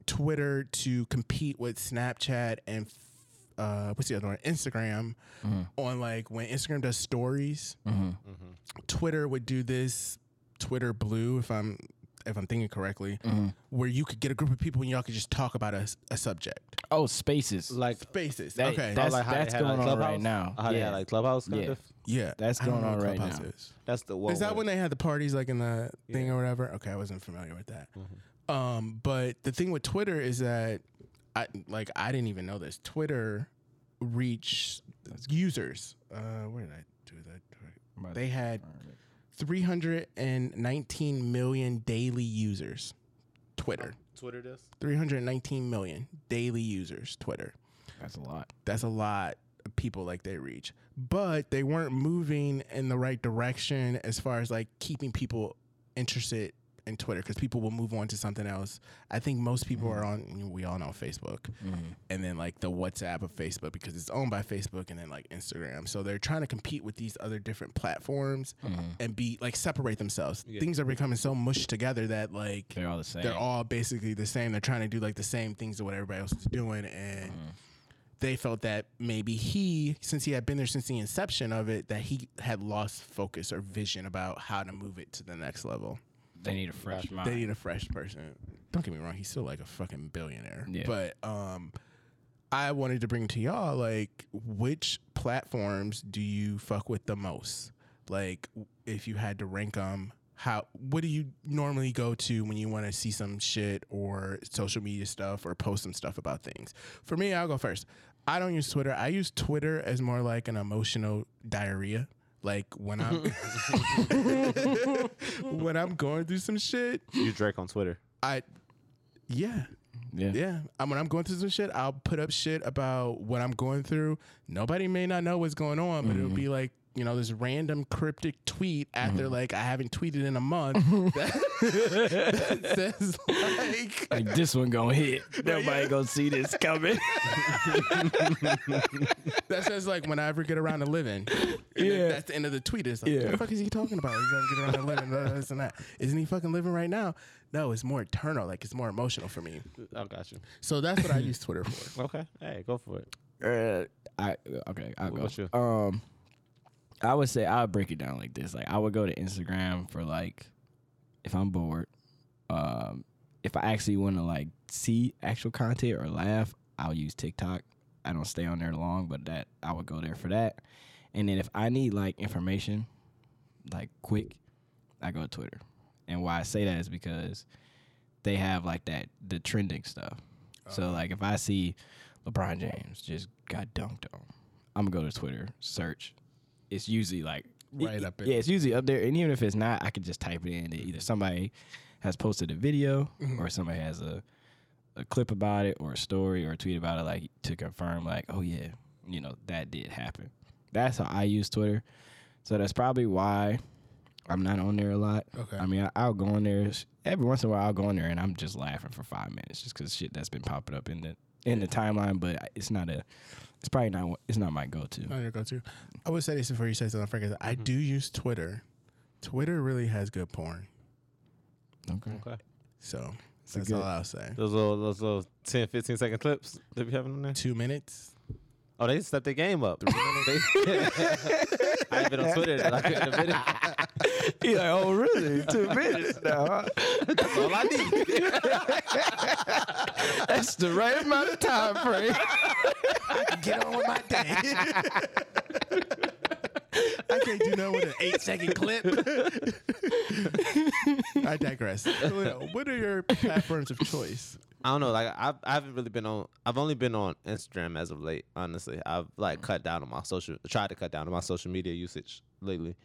C: Twitter to compete with Snapchat and uh, what's the other one? Instagram.
B: Mm-hmm.
C: On like when Instagram does stories,
A: Mm-hmm.
C: Twitter would do this Twitter Blue if I'm if I'm thinking correctly,
B: Mm-hmm.
C: where you could get a group of people and y'all could just talk about a, s- a subject.
B: Oh, spaces.
A: Like,
C: Basis.
B: That-
C: okay.
B: that's-
A: oh, like how they
B: that's
A: had, like,
B: going on right
A: Clubhouse?
B: now.
A: How they
B: Yeah.
A: had, like Clubhouse kind
B: Yeah.
A: of?
C: yeah.
B: that's
C: I don't
B: going
C: know
B: on
C: what
B: right
C: Clubhouse
B: now.
C: is.
A: That's the one.
C: Is that when they had the parties like in the thing or whatever? Okay, I wasn't familiar with that.
A: Mm-hmm.
C: Um, but the thing with Twitter is that I like I didn't even know this. Twitter reach users. Uh, where did I do that? They had 319 million daily users. Twitter.
A: Twitter does?
C: 319 million daily users. Twitter
B: That's a lot.
C: that's a lot of people like they reach but they weren't moving in the right direction as far as like keeping people interested in twitter because people will move on to something else i think most people are on we all know facebook
B: Mm-hmm.
C: and then like the whatsapp of facebook because it's owned by facebook and then like instagram so they're trying to compete with these other different platforms
B: Mm-hmm.
C: and be like separate themselves things are becoming so mushed together that like
B: They're all the same.
C: they're all basically the same. They're trying to do like the same things that what everybody else is doing, and they felt that maybe he, since he had been there since the inception of it, that he had lost focus or vision about how to move it to the next level.
B: they need a fresh mind.
C: They need a fresh person. Don't get me wrong; he's still like a fucking billionaire.
B: Yeah.
C: But um, I wanted to bring to y'all like which platforms do you fuck with the most? Like, w- if you had to rank them, how what do you normally go to when you want to see some shit or social media stuff or post some stuff about things? For me, I'll go first. I don't use Twitter. I use Twitter as more like an emotional diarrhea. Like when I'm when I'm going through some shit,
A: You Drake on Twitter.
C: I, yeah,
B: yeah.
C: yeah. I, when I'm going through some shit, I'll put up shit about what I'm going through. Nobody may not know what's going on, but it'll be like, you know, this random cryptic tweet after like I haven't tweeted in a month that, that says like
B: Like this one gonna hit. Nobody gonna see this coming.
C: that says like when I ever get around to living.
B: Yeah.
C: Yeah. That's the end of the tweet. It's like,
B: Yeah.
C: what the fuck is he talking about? He's ever get around to living, blah, blah, this and that. Isn't he fucking living right now? No, it's more internal, like it's more emotional for me.
A: I got you.
C: So that's what I use Twitter for.
A: Okay. Hey, go for it.
B: Uh, I okay. I'll
A: What
B: go.
A: about you?
B: Um, I would say I'll break it down like this. Like I would go to Instagram for like if I'm bored. Um, if I actually want to like see actual content or laugh, I'll use TikTok. I don't stay on there long, but that I would go there for that. And then if I need like information, like quick, I go to Twitter. And why I say that is because they have like that the trending stuff. So like if I see LeBron James just got dunked on, I'm gonna go to Twitter, search. It's usually like it-
C: Right
B: it-
C: up
B: Yeah,
C: there.
B: it's usually up there. And even if it's not, I could just type it in. That either somebody has posted a video
C: Mm-hmm.
B: or somebody has a a clip about it or a story or a tweet about it, like to confirm, like, oh yeah, you know, that did happen. That's how I use Twitter. So that's probably why I'm not on there a lot.
C: Okay.
B: I mean, I, I'll go on there s- every once in a while. I'll go on there and I'm just laughing for five minutes just because shit that's been popping up in the in the timeline. But I- it's not a. It's probably not. what- It's not my go-to.
C: I go to. I would say this before you say something. I forget. that I do use Twitter. Twitter really has good porn.
B: Okay.
A: Okay.
C: So
B: a
C: that's
B: good-
C: all I'll say.
A: Those little, those little 10, 15 second clips that we having on there.
C: Two minutes.
A: Oh, they stepped their game up. They- I ain't been on Twitter like in a minute.
B: He's like, oh really? Two minutes now.
A: That's all I need.
B: That's the right amount of time frame.
C: Get on with my day. I can't do nothing with an eight second clip. I digress. Khalil, What are your platforms of choice?
A: I don't know. Like I, I haven't really been on. I've only been on Instagram as of late. Honestly, I've
B: Mm.
A: like cut down on my social. Tried to cut down on my social media usage lately.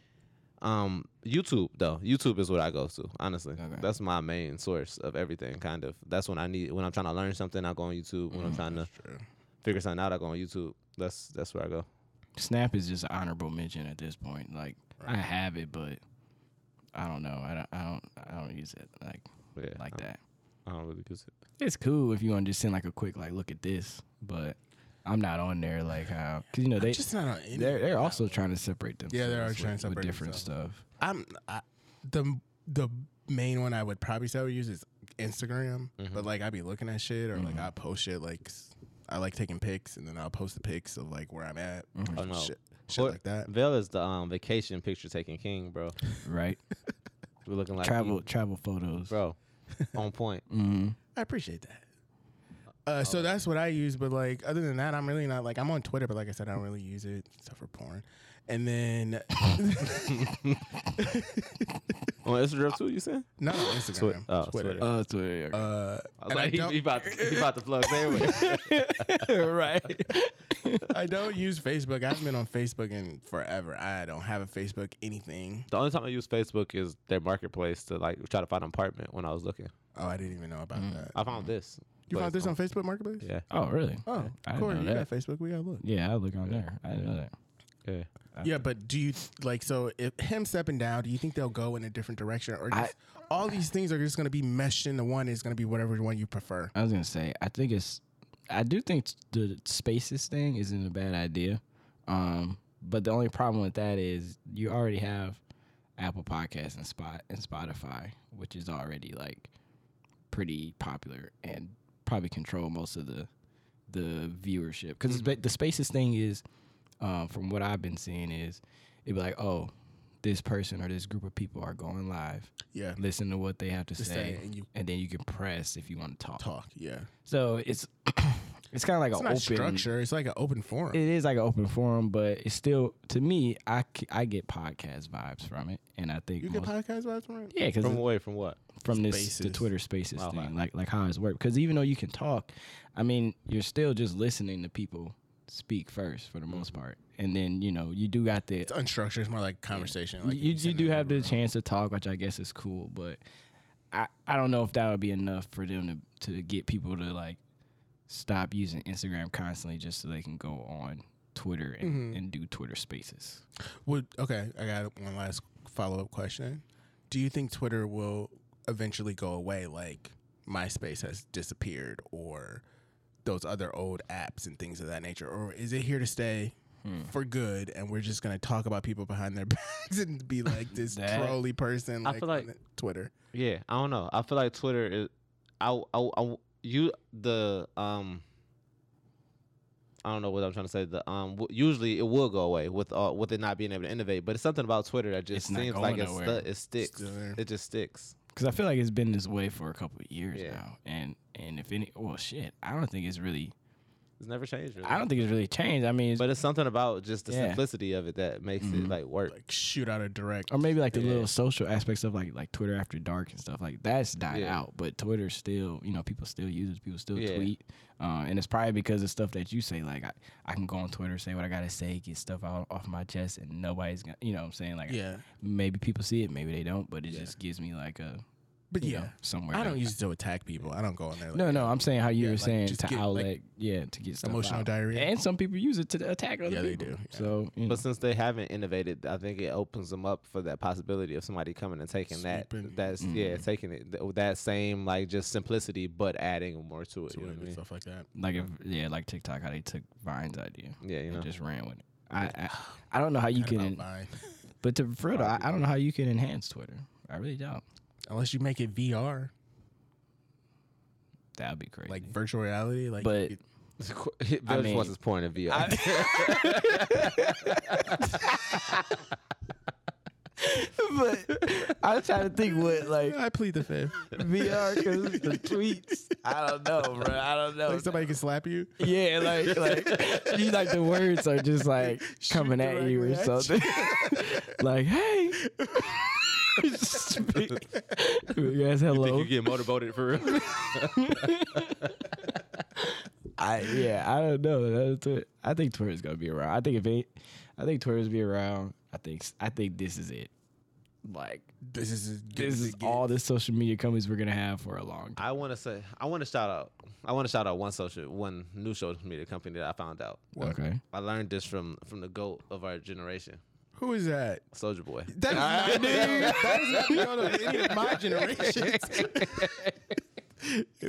A: Um, YouTube though. YouTube is what I go to. Honestly, that's my main source of everything. Kind of. That's when I need. When I'm trying to learn something, I go on YouTube. When I'm
B: Mm-hmm.
A: trying to figure something out, I go on YouTube. That's that's where I go.
B: Snap is just an honorable mention at this point. Like I have it, but I don't know. I don't. I don't. I don't use it like
A: Yeah,
B: like
A: I,
B: that.
A: I don't really use it.
B: It's cool if you want to just send like a quick like look at this, but I'm not on there like how because you know they
C: Just not on any.
B: they're they're also trying to separate themselves.
C: Yeah, they are trying
B: with,
C: to
B: with
C: separate
B: different stuff.
C: I'm I, the the main one I would probably say I would use is Instagram,
A: Mm-hmm.
C: but like I'd be looking at shit or like I post shit like s- I like taking pics and then I'll post the pics of like where I'm at,
A: Oh no.
C: shit, shit like that.
A: Vail is the um vacation picture taking king, bro.
B: Right,
A: We're looking like
B: travel
A: you,
B: travel photos. Mm-hmm.
A: bro. On point.
C: I appreciate that.
A: Oh,
C: Uh, so that's what I use, but like other than that, I'm really not like I'm on Twitter, but like I said, I don't really use it except for porn. And then
A: On Instagram too, you said?
C: not on Instagram,
A: oh,
C: Twitter.
A: Twitter.
B: Uh, Twitter.
C: Uh,
A: I was
C: and I
A: like, he,
C: don't-
A: he about to, he about to plug anyway.
B: right.
C: I don't use Facebook. I've been on Facebook in forever. I don't have a Facebook anything.
A: The only time I use Facebook is their marketplace to like try to find an apartment when I was looking.
C: Oh, I didn't even know about that.
A: I
B: Mm.
A: found this.
C: You
A: but
C: found this
A: it's
C: on Facebook Marketplace?
A: Yeah,
B: Oh, really?
C: Oh,
B: I didn't
C: Corey,
B: know
C: you
B: that.
C: got Facebook. We gotta look.
B: Yeah, I look on there. I didn't know that.
A: yeah.
C: Yeah, but do you like so if him stepping down? Do you think they'll go in a different direction, or just, all these things are just gonna be meshed into one? Is gonna be whatever one you prefer.
B: I was gonna say, I think it's, I do think the spaces thing isn't a bad idea, um, but the only problem with that is you already have Apple Podcasts and Spot and Spotify, which is already like pretty popular and probably control most of the the viewership because the spaces thing is, uh, from what I've been seeing, is it'd be like, oh, this person or this group of people are going live.
C: Yeah,
B: Listen to what they have to
C: say
B: say,
C: and
B: and,
C: you-
B: then you can press if you want to talk.
C: talk. Yeah,
B: So it's it's kind of like
C: it's
B: an
C: not
B: open
C: structure. It's like an open forum.
B: It is like an open forum, but it's still to me. I, c- I get podcast vibes from it, and I think
C: you get
B: most,
C: podcast vibes from it.
B: yeah, because
A: From
B: from,
A: away from what?
B: this the
C: Spaces.
B: Twitter Spaces thing, like like how it's worked. Because even though you can talk, I mean, you're still just listening to people speak first for the most
C: Mm-hmm.
B: part, and then you know you do got the
C: It's unstructured. It's more like conversation. Like
B: you, you do have the chance to talk, which I guess is cool, but I, I don't know if that would be enough for them to, to get people to like stop using Instagram constantly just so they can go on Twitter and,
A: Mm-hmm.
B: and do Twitter spaces.
C: Would okay. I got one last follow up question. Do you think Twitter will eventually go away, like MySpace has disappeared, or those other old apps and things of that nature, or is it here to stay? For good, and we're just gonna talk about people behind their backs and be like this
B: That-
C: trolly person, like,
A: feel
C: on
A: like-
C: Twitter.
A: Yeah, I don't know. I feel like Twitter is. I, I, I you the um. I don't know what I'm trying to say. The um, w- usually it will go away with uh, with it not being able to innovate, but it's something about Twitter that just
B: It's not
A: seems
B: going
A: like it's
B: nowhere.
A: stu- it sticks.
C: Still there.
A: It just sticks.
B: Because I feel like it's been this way for a couple of years
A: Yeah.
B: now, and and if any, well, shit, I don't think it's really
A: It's never changed. Really.
B: I don't think it's really changed. I mean, it's,
A: But it's something about just the
B: Yeah.
A: simplicity of it that makes it like work.
C: Like shoot out a direct.
B: or maybe like the little social aspects of like like Twitter after dark and stuff like that's died
A: Yeah.
B: out. But Twitter still, you know, people still use it. People still
A: Yeah.
B: tweet, uh, and it's probably because of stuff that you say. Like I, I can go on Twitter, say what I gotta say, get stuff out off my chest, and nobody's gonna, you know, what I'm saying like,
C: Yeah.
B: maybe people see it, maybe they don't, but it just gives me like a,
C: But
B: you
C: yeah,
B: know, somewhere.
C: I
B: to-
C: don't use it to attack people. I don't go in there. Like,
B: No, no, I'm saying how you
C: Yeah,
B: were
C: like,
B: saying
C: just
B: to
C: get, like,
B: outlet, yeah, to get stuff
C: emotional
B: out.
C: diarrhea.
B: And some people use it to attack other
C: Yeah, they
B: people.
C: do, yeah.
B: So you know,
A: But since they haven't innovated, I think it opens them up for that possibility of somebody coming and taking
C: Sweeping.
A: that. That's yeah, taking it th- that same like just simplicity, but adding more to it. you know what I mean?
C: stuff like that.
B: like if yeah, like TikTok, how they took Vine's idea
A: Yeah, you know.
B: and just ran with it. I I, I don't know how you
C: About
B: can,
C: mine.
B: but to for real, though, I, I don't know how you can enhance Twitter. I really don't.
C: Unless you make it VR,
B: That'd be crazy.
C: like virtual reality, like
B: but
C: it-
A: Bill just
B: mean-
A: wants his point of view.
B: but I'm trying to think what like
C: I plead the fifth.
B: VR because the tweets. I don't know, bro. I don't know.
C: like somebody can slap you.
B: Yeah, like like you like the words are just like coming at you or
C: directly at
B: something. like, hey. Speak. You guys, hello.
A: you get motivated for real.
B: I yeah, I don't know. That's it. I think Twitter's gonna be around. I think if it, I think Twitter's be around. I think I think this is it. Like
C: This is as good
B: this
C: as
B: is
C: it gets.
B: all the social media companies we're gonna have for a long time.
A: I want to say I want to shout out I want to shout out one social one new social media company that I found out.
B: Okay.
A: I learned this from from the goat of our generation,
C: Who is that?
A: Soldier Boy.
C: That is
A: Ah.
C: not, that is not the goat of any of my generation.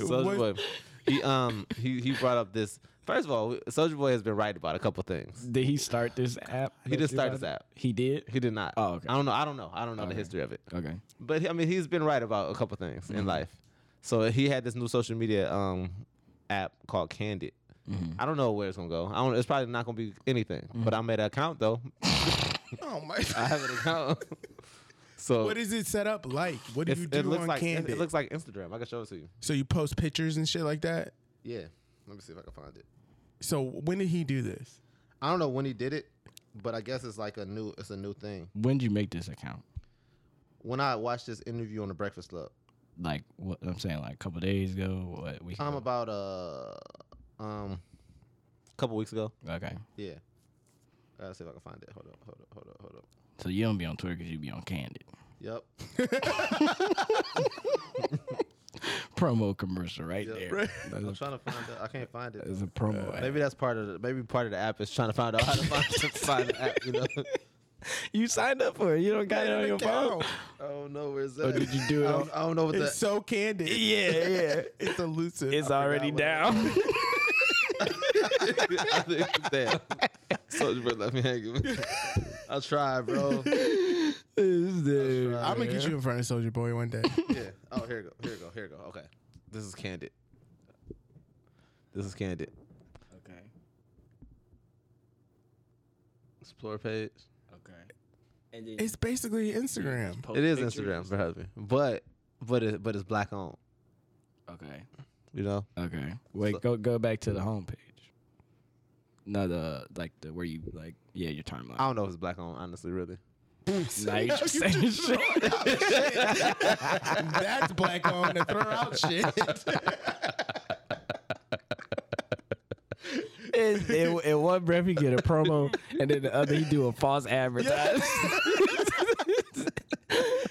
A: Soldier Boy.
C: was-
A: He um he he brought up this. First of all, Soldier Boy has been right about a couple things.
B: Did he start this app?
A: He didn't start this app.
B: He did.
A: He did not.
B: Oh, okay.
A: I don't know. I don't know. I don't know the history of it.
B: Okay.
A: But I mean, he's been right about a couple things in life. So he had this new social media um app called Candid. I don't know where it's gonna go. I don't. It's probably not gonna be anything. But I made an account though.
C: Oh my!
A: I
C: God.
A: have an account. so
C: What is it set up like? What do
A: it's-
C: you do
A: it looks
C: on
A: like it,
C: Candid?
A: it looks like Instagram. I can show it to you.
C: so you post pictures and shit like that.
A: Yeah. Let me see if I can find it.
C: So when did he do this?
A: I don't know when he did it, but I guess it's like a new. It's a new thing.
B: When did you make this account?
A: When I watched this interview on the Breakfast Club,
B: Like what I'm saying, like a couple days ago, what week?
A: I'm
B: ago?
A: about uh um, a couple weeks ago.
B: okay.
A: Yeah. Uh, Let's see if I can find it. Hold up, hold up, hold up, hold up.
B: So you don't be on Twitter because you be on Candid.
A: Yep.
B: Promo commercial right
A: Yeah.
B: there.
A: Right.
B: That's
A: I'm
B: a,
A: trying to find it. I can't find it.
B: that's a promo. ad.
A: Maybe that's part of the maybe part of the app is trying to find out how to find, to find the app, you know.
B: You signed up for it. You don't got it on your phone.
C: Account.
A: I don't know where's that.
B: did you do it
A: I don't,
B: on-
A: I don't know what
C: It's
A: that
C: so candid.
B: Yeah, yeah.
C: It's elusive.
B: It's already
A: what it
B: down.
A: I think damn. Soldier Boy left me hanging. I'll try, bro.
C: I'm gonna get you in front of Soldier Boy one day.
A: Yeah. Oh, here it go. Here it go. Here it go. Okay. This is candid. This is candid.
B: Okay.
A: Explore page.
B: Okay. And then
C: it's basically Instagram.
A: It is Instagram for husband, but but it but it's black on.
B: Okay.
A: You know.
B: Okay. Wait,
A: So-
B: go go back to the homepage. No, the uh, like the where you like yeah your timeline.
A: I don't know if it's black on. Honestly, really.
B: Now you just saying shit.
C: Oh, That's black on to throw out shit.
B: In, in, in one breath you get a promo, and then the other you do a false advertisement.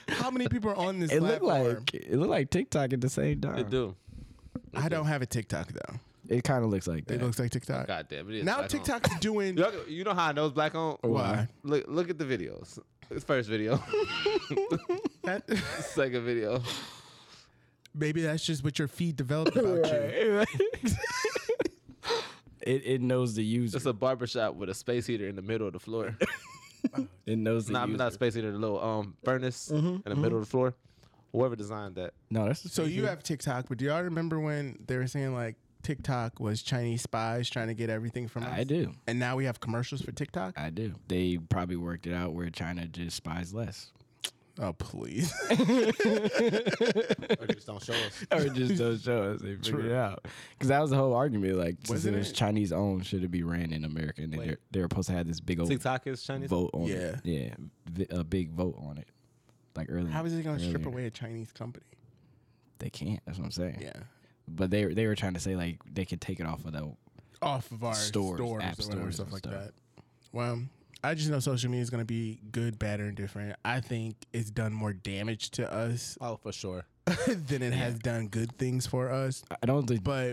C: How many people are on this
B: It looked
C: platform?
B: like it looked like TikTok at the same time.
A: It do.
C: I don't have a TikTok though.
B: It kind of looks like
C: It
B: that.
C: looks like TikTok.
A: God damn it. Is
C: now
A: black on.
C: TikTok's doing
A: You know- You know how I know it's black on?
C: why?
A: Look look at the videos. It's first video.
C: That,
A: Second video.
C: maybe that's just what your feed developed about you.
B: it it knows the user.
A: It's a barbershop with a space heater in the middle of the floor.
B: it knows the
A: not
B: user.
A: not space heater, the little um furnace
C: Mm-hmm,
A: in the middle of the floor. Whoever designed that.
B: no, that's
C: So you have TikTok, but do y'all remember when they were saying like TikTok was Chinese spies trying to get everything from us?
B: I do.
C: And now we have commercials for TikTok?
B: I do. They probably worked it out where China just spies less.
C: Oh please.
A: or just don't show us.
B: or just don't show us. They figure it out. Because that was the whole argument. Like, since it
C: Wasn't
B: was
C: it-
B: Chinese owned, should it be ran in America? And then
A: Wait.
B: they're, they're supposed to have this big old
A: TikTok is Chinese.
B: vote on
C: Yeah.
B: it. Yeah, vi- a big vote on it. Like earlier,
C: How is it gonna strip
B: earlier.
C: away a Chinese company?
B: They can't. That's what I'm saying.
C: Yeah.
B: But they they were trying to say like they could take it off of the
C: Off of our
B: Stores,
C: stores,
B: app
C: or whatever,
B: stores
C: stuff
B: and
C: like
B: stuff.
C: that. Well, I just know social media is gonna be good, bad, or different. I think it's done more damage to us
A: Oh, for sure.
C: than it has done good things for us.
B: I don't think. I
C: But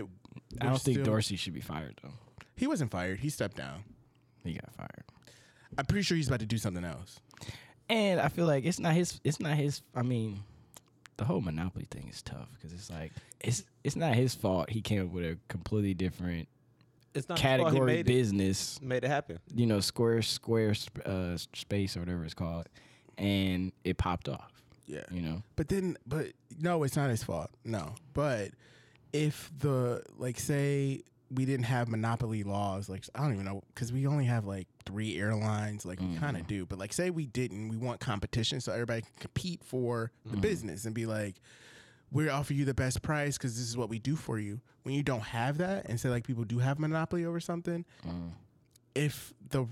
B: don't
C: we're
B: think
C: still-
B: Dorsey should be fired though.
C: He wasn't fired. He stepped down.
B: He got fired.
C: I'm pretty sure he's about to do something else.
B: And I feel like it's not his. It's not his. I mean, the whole monopoly thing is tough because it's like it's it's not his fault. He came up with a completely different
A: It's not his fault he
B: category
A: made it,
B: business.
A: made it happen.
B: You know, square square sp- uh, s- space or whatever it's called, and it popped off.
C: Yeah.
B: You know,
C: But then, but no, it's not his fault. No. But if the, like, say we didn't have monopoly laws, like, I don't even know, because we only have like three airlines, like, we kind of do. But like, say we didn't, we want competition so everybody can compete for the business and be like, we offer you the best price because this is what we do for you. When you don't have that, and say like people do have monopoly over something, if the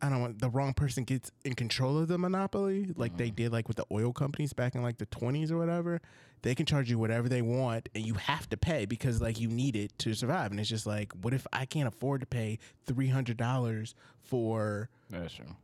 C: I don't want the wrong person gets in control of the monopoly, like they did like with the oil companies back in like the twenties or whatever, they can charge you whatever they want and you have to pay because like you need it to survive. And it's just like, what if I can't afford to pay three hundred dollars for
B: that's true.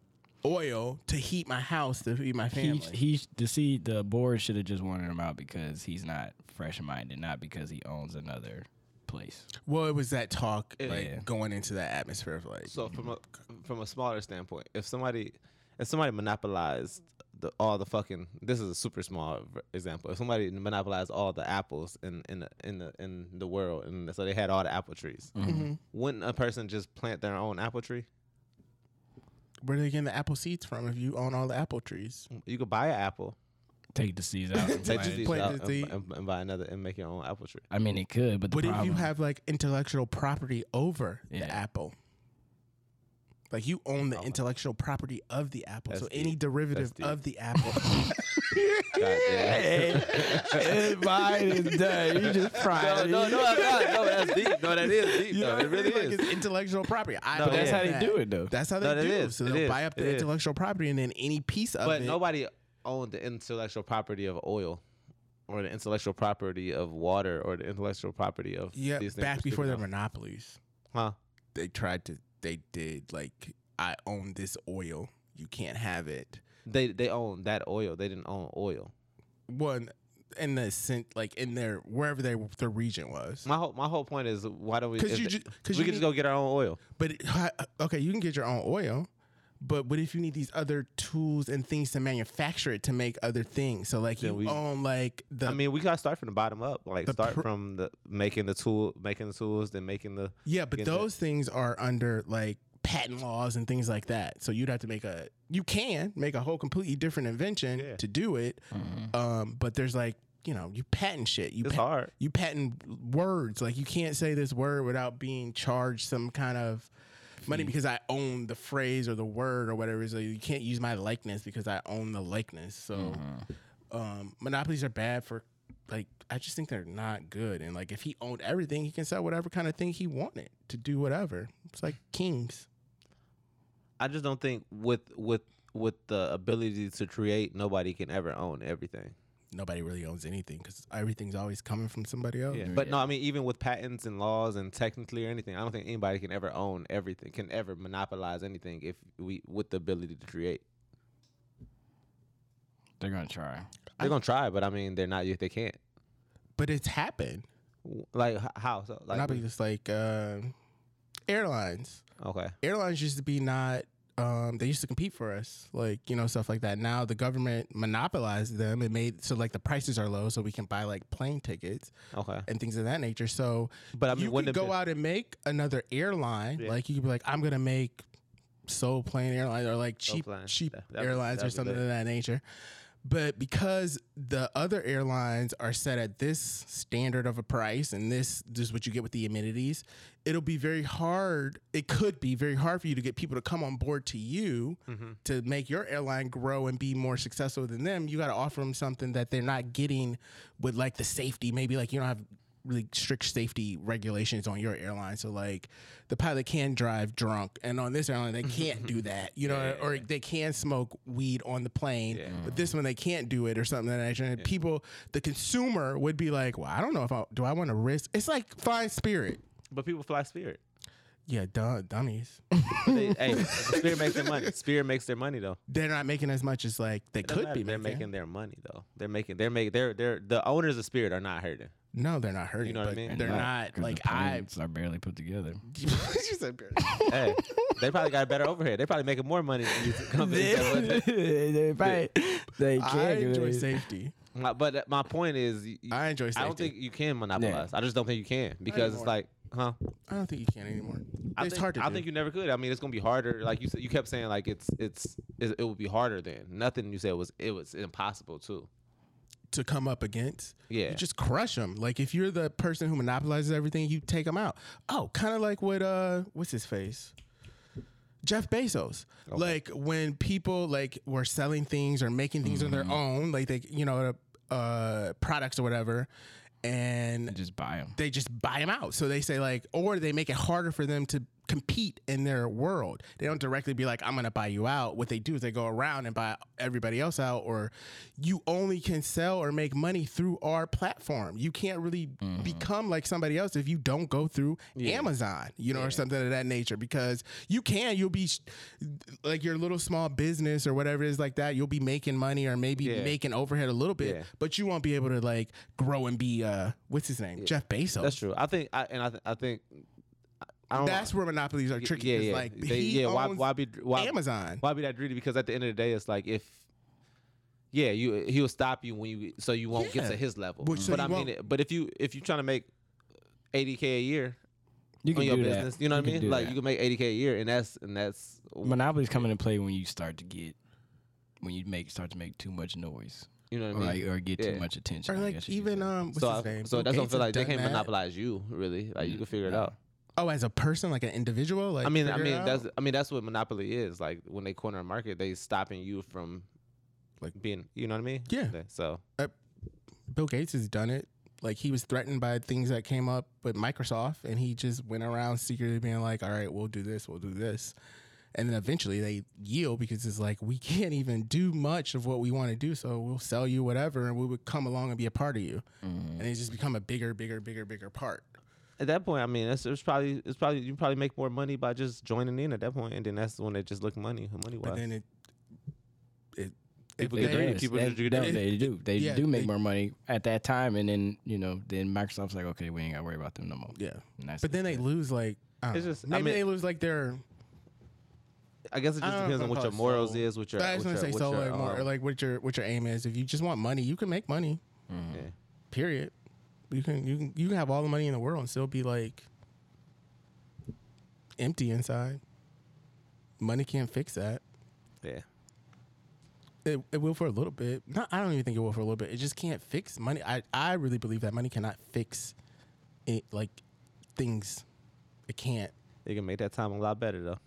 C: oil to heat my house to feed my
B: He,
C: family?
B: he to see the board should have just wanted him out because he's not fresh minded, not because he owns another place.
C: well, it was that talk like
B: Yeah.
C: going into that atmosphere of like
A: So from a from a smaller standpoint, if somebody if somebody monopolized the all the fucking this is a super small v- example. If somebody monopolized all the apples in in the, in the in the world, and so they had all the apple trees,
B: Mm-hmm.
C: Mm-hmm.
A: wouldn't a person just plant their own apple tree?
C: where are they getting the apple seeds from if you own all the apple trees?
A: You could buy an apple,
B: Take the seeds out.
A: take
B: and plant
A: the
B: it.
A: seeds
C: plant
A: out,
C: the
A: and,
C: seed.
A: and- and buy another, and make your own apple tree.
B: I mean, it could, but the
C: What if
B: problem,
C: you have like intellectual property over
B: Yeah.
C: the apple? Like you own the intellectual property of the apple.
A: That's
C: so
A: deep.
C: any derivative
A: deep.
C: of the apple.
A: God damn.
B: mine is done. You just
A: No,
B: fried.
A: no, no, I'm not. no, that's deep. No, that is deep. though. It really
C: Like,
A: is.
C: It's intellectual property. I
A: No,
C: own
A: that's how
B: they
C: that.
B: do it, though.
C: That's how they
A: No, that
C: do.
A: is.
C: So
A: It
C: they'll
A: is.
C: buy up the
A: It is.
C: intellectual property and then any piece of
A: But
C: it.
A: nobody owned the intellectual property of oil or the intellectual property of water or the intellectual property of
C: yeah,
A: these things
C: back
A: we're
C: before
A: speaking
C: their
A: of.
C: monopolies,
A: Huh?
C: they tried to. They did like I own this oil. You can't have it.
A: They they owned that oil. They didn't own oil.
C: One in the cent, like in their wherever they their region was.
A: My whole my whole point is why don't we?
C: 'Cause
A: if
C: you
A: they-
C: ju-
A: we
C: 'cause you
A: could
C: need-
A: just go get our own oil.
C: But it- hi- okay, you can get your own oil, but what if you need these other tools and things to manufacture it to make other things? So like you
A: we-
C: own like the
A: I mean, we gotta start from the bottom up. Like
C: The
A: start
C: pr-
A: from the making the tool, making the tools, then making the
C: yeah, but
A: get the-
C: those things are under like patent laws and things like that. So you'd have to make a you can make a whole completely different invention
A: Yeah.
C: to do it.
B: Mm-hmm.
C: Um, but there's like you know you patent shit. You
A: It's
C: pa-
A: hard.
C: You patent words like you can't say this word without being charged some kind of money because I own the phrase or the word or whatever. So you can't use my likeness because I own the likeness. So
B: Mm-hmm.
A: Mm-hmm.
C: um, monopolies are bad for like I just think they're not good. And like if he owned everything, he can sell whatever kind of thing he wanted to do whatever. It's like kings.
A: I just don't think with with with the ability to create, nobody can ever own everything.
C: Nobody really owns anything because everything's always coming from somebody else.
A: Yeah. But no, I mean, even with patents and laws and technically or anything, I don't think anybody can ever own everything, can ever monopolize anything if we with the ability to create.
B: They're gonna try.
A: They're gonna try, but I mean, they're not. They can't.
C: But it's happened.
A: W- Like h- how? So, like
C: Monopoly is like uh, airlines.
A: okay,
C: airlines used to be not um, they used to compete for us like you know stuff like that now the government monopolized them and made so like the prices are low so we can buy like plane tickets
A: okay.
C: and things of that nature so
A: But I mean,
C: you
A: wouldn't
C: could
A: it
C: go
A: be-
C: out and make another airline
A: Yeah.
C: like you could be like i'm gonna make soul plane airlines or like cheap
A: Plane.
C: cheap
A: That- that'd be-
C: airlines or
A: that'd be
C: something
A: lit.
C: of that nature But because the other airlines are set at this standard of a price and this, this is what you get with the amenities, it'll be very hard. It could be very hard for you to get people to come on board to you
A: Mm-hmm.
C: to make your airline grow and be more successful than them. You got to offer them something that they're not getting with like the safety. Maybe like you don't have really strict safety regulations on your airline. So like the pilot can drive drunk and on this airline they can't do that. You know, or they can smoke weed on the plane. But this one they can't do it or something like that. And people the consumer would be like, Well, I don't know if I do I want to risk it's like flying spirit.
A: But people fly Spirit.
C: Yeah, duh, dummies.
A: But they, hey, Spirit makes their money. Spirit makes their money though.
C: They're not making as much as like they could be
A: They're
C: making.
A: making their money though. They're making. They're making. They're. They're. The owners of Spirit are not hurting.
C: No, they're not hurting.
A: know what I
C: but
A: mean?
C: They're not,
B: 'cause
C: like
B: the
C: I.
B: planes are barely put together.
C: you said barely.
A: Hey, they probably got a better overhead. They probably making more money than you companies. that wasn't-
B: they, probably- they
C: I
B: can't do
C: enjoy
B: it.
C: safety.
A: My, but uh, my point is, y- y-
C: I
A: I
C: enjoy
A: don't
C: safety.
A: think you can monopolize. I just don't think you can because it's
C: Anymore.
A: like, huh?
C: I don't think you can anymore.
A: I
C: it's
A: think,
C: hard to
A: I
C: do.
A: think you never could. I mean, it's gonna be harder. Like you said, you kept saying like it's it's it, it would be harder then. Nothing you said was it was impossible too.
C: to come up against.
A: Yeah.
C: You just crush them. Like if you're the person who monopolizes everything, you take them out. Oh, kind of like what uh what's his face? Jeff Bezos. Like when people like were selling things or making things on
B: Mm-hmm.
C: their own, like they you know uh products or whatever and
B: Just buy them.
C: they just buy them out. So they say like, or they make it harder for them to compete in their world. They don't directly be like, I'm gonna buy you out. What they do is they go around and buy everybody else out, or you only can sell or make money through our platform. You can't really
A: Mm-hmm.
C: become like somebody else if you don't go through Amazon, you know, or something of that nature. Because you can, you'll be sh- like your little small business or whatever it is like that. You'll be making money or maybe
A: Yeah.
C: making overhead a little bit,
A: Yeah.
C: but you won't be able to like grow and be uh what's his name Jeff Bezos.
A: That's true. I think. I and I, th- I think. I- I don't.
C: That's where monopolies are tricky.
A: Yeah,
C: It's
A: yeah.
C: Like
A: They-
C: he
A: yeah.
C: owns
A: Why, why be why,
C: Amazon.
A: Why be that greedy? Because at the end of the day, it's like if. Yeah, you he'll stop you when you so you won't get
C: Yeah.
A: to his level.
C: Which- so
A: but
C: you
A: I mean,
C: won't-
A: it, but if you if you're trying to make eighty k a year
B: You
A: on
B: can
A: your
B: do
A: business,
B: that.
A: you know what I
B: can
A: mean?
B: do
A: Like
B: that.
A: you can make eighty k a year, and that's and that's
B: Monopolies come into play when you start to get when you make start to make too much noise,
A: you know
B: or,
A: what I
B: like,
A: mean.
B: or get
A: Yeah.
B: too much attention.
C: Or
B: I
C: like
B: guess you could
C: even
B: say.
C: um, Oh, what's
A: so
C: his
A: I-
C: name?
A: so
C: Bill
A: that's what I
C: Gates
A: feel
C: has
A: like they
C: done
A: can't
C: that.
A: monopolize you really. Like you can figure it out.
C: Oh, as a person, like an individual, like
A: I mean, I
C: figure it
A: mean
C: out?
A: that's I mean that's what monopoly is. Like when they corner a market, they stopping you from like
C: Like-
A: being. You know what I mean?
C: Yeah.
A: They- So
C: Uh, Bill Gates has done it. Like he was threatened by things that came up with Microsoft, and he just went around secretly being like, "All right, we'll do this, we'll do this," and then eventually they yield because it's like we can't even do much of what we want to do, so we'll sell you whatever, and we would come along and be a part of you,
B: Mm-hmm.
C: and it's just become a bigger, bigger, bigger, bigger part.
A: at that point, I mean, that's it's probably it's probably you probably make more money by just joining in at that point, and then that's when they just look money money
C: But
A: wise.
C: then it, it if
A: People
B: They
A: get
C: they-
A: greedy.
B: does.
A: people
B: They-
A: just get
B: no,
A: greedy.
B: they do. They
C: Yeah,
B: do make
C: they-
B: more money at that time, and then you know, then Microsoft's like, okay, we ain't got to worry about them no more.
C: Yeah,
B: And that's
C: but then
B: it.
C: they lose like. I don't
A: It's
C: know.
A: just- I
C: maybe
A: mean-
C: they lose like their.
A: I guess it
C: I
A: just
C: don't know
A: depends
C: if
A: on
C: I'd
A: what
C: call
A: your
C: it
A: morals
C: soul.
A: is, what your
C: I was
A: what
C: gonna
A: your,
C: say
A: what
C: so
A: your,
C: like, more,
A: um,
C: or like what your what your aim is. If you just want money, you can make money. mm.
A: yeah.
C: Period. You can you can you can have all the money in the world and still be like empty inside. Money can't fix that.
A: Yeah.
C: It, it will for a little bit. Not, I don't even think it will for a little bit. It just can't fix money. I, I really believe that money cannot fix it like things. It can't.
A: They can make that time a lot better though.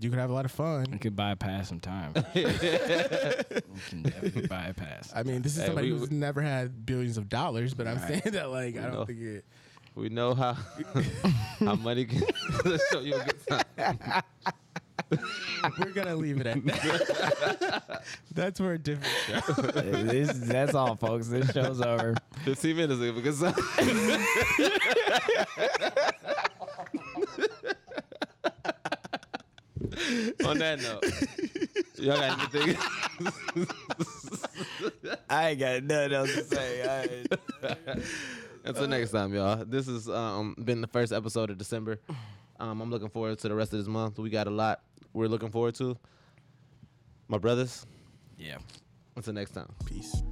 C: You could have a lot of
B: You
C: fun.
B: could bypass some time. you can definitely bypass.
C: I mean, this is
A: Hey,
C: somebody
A: we-
C: who's
A: we-
C: never had billions of dollars, but I'm saying that like I don't
A: know.
C: think it.
A: We know how how money can show you a good time.
C: We're gonna leave it at that. That's for a different show.
B: this, that's all, folks. This show's over.
A: Fifteen minutes is a good sign. On that note, y'all got anything?
B: I ain't got nothing else to say. I,
A: Until next time, y'all. This has um, been the first episode of December. Um, I'm looking forward to the rest of this month. We got a lot we're looking forward to. My brothers,
B: yeah.
A: until next time.
C: Peace.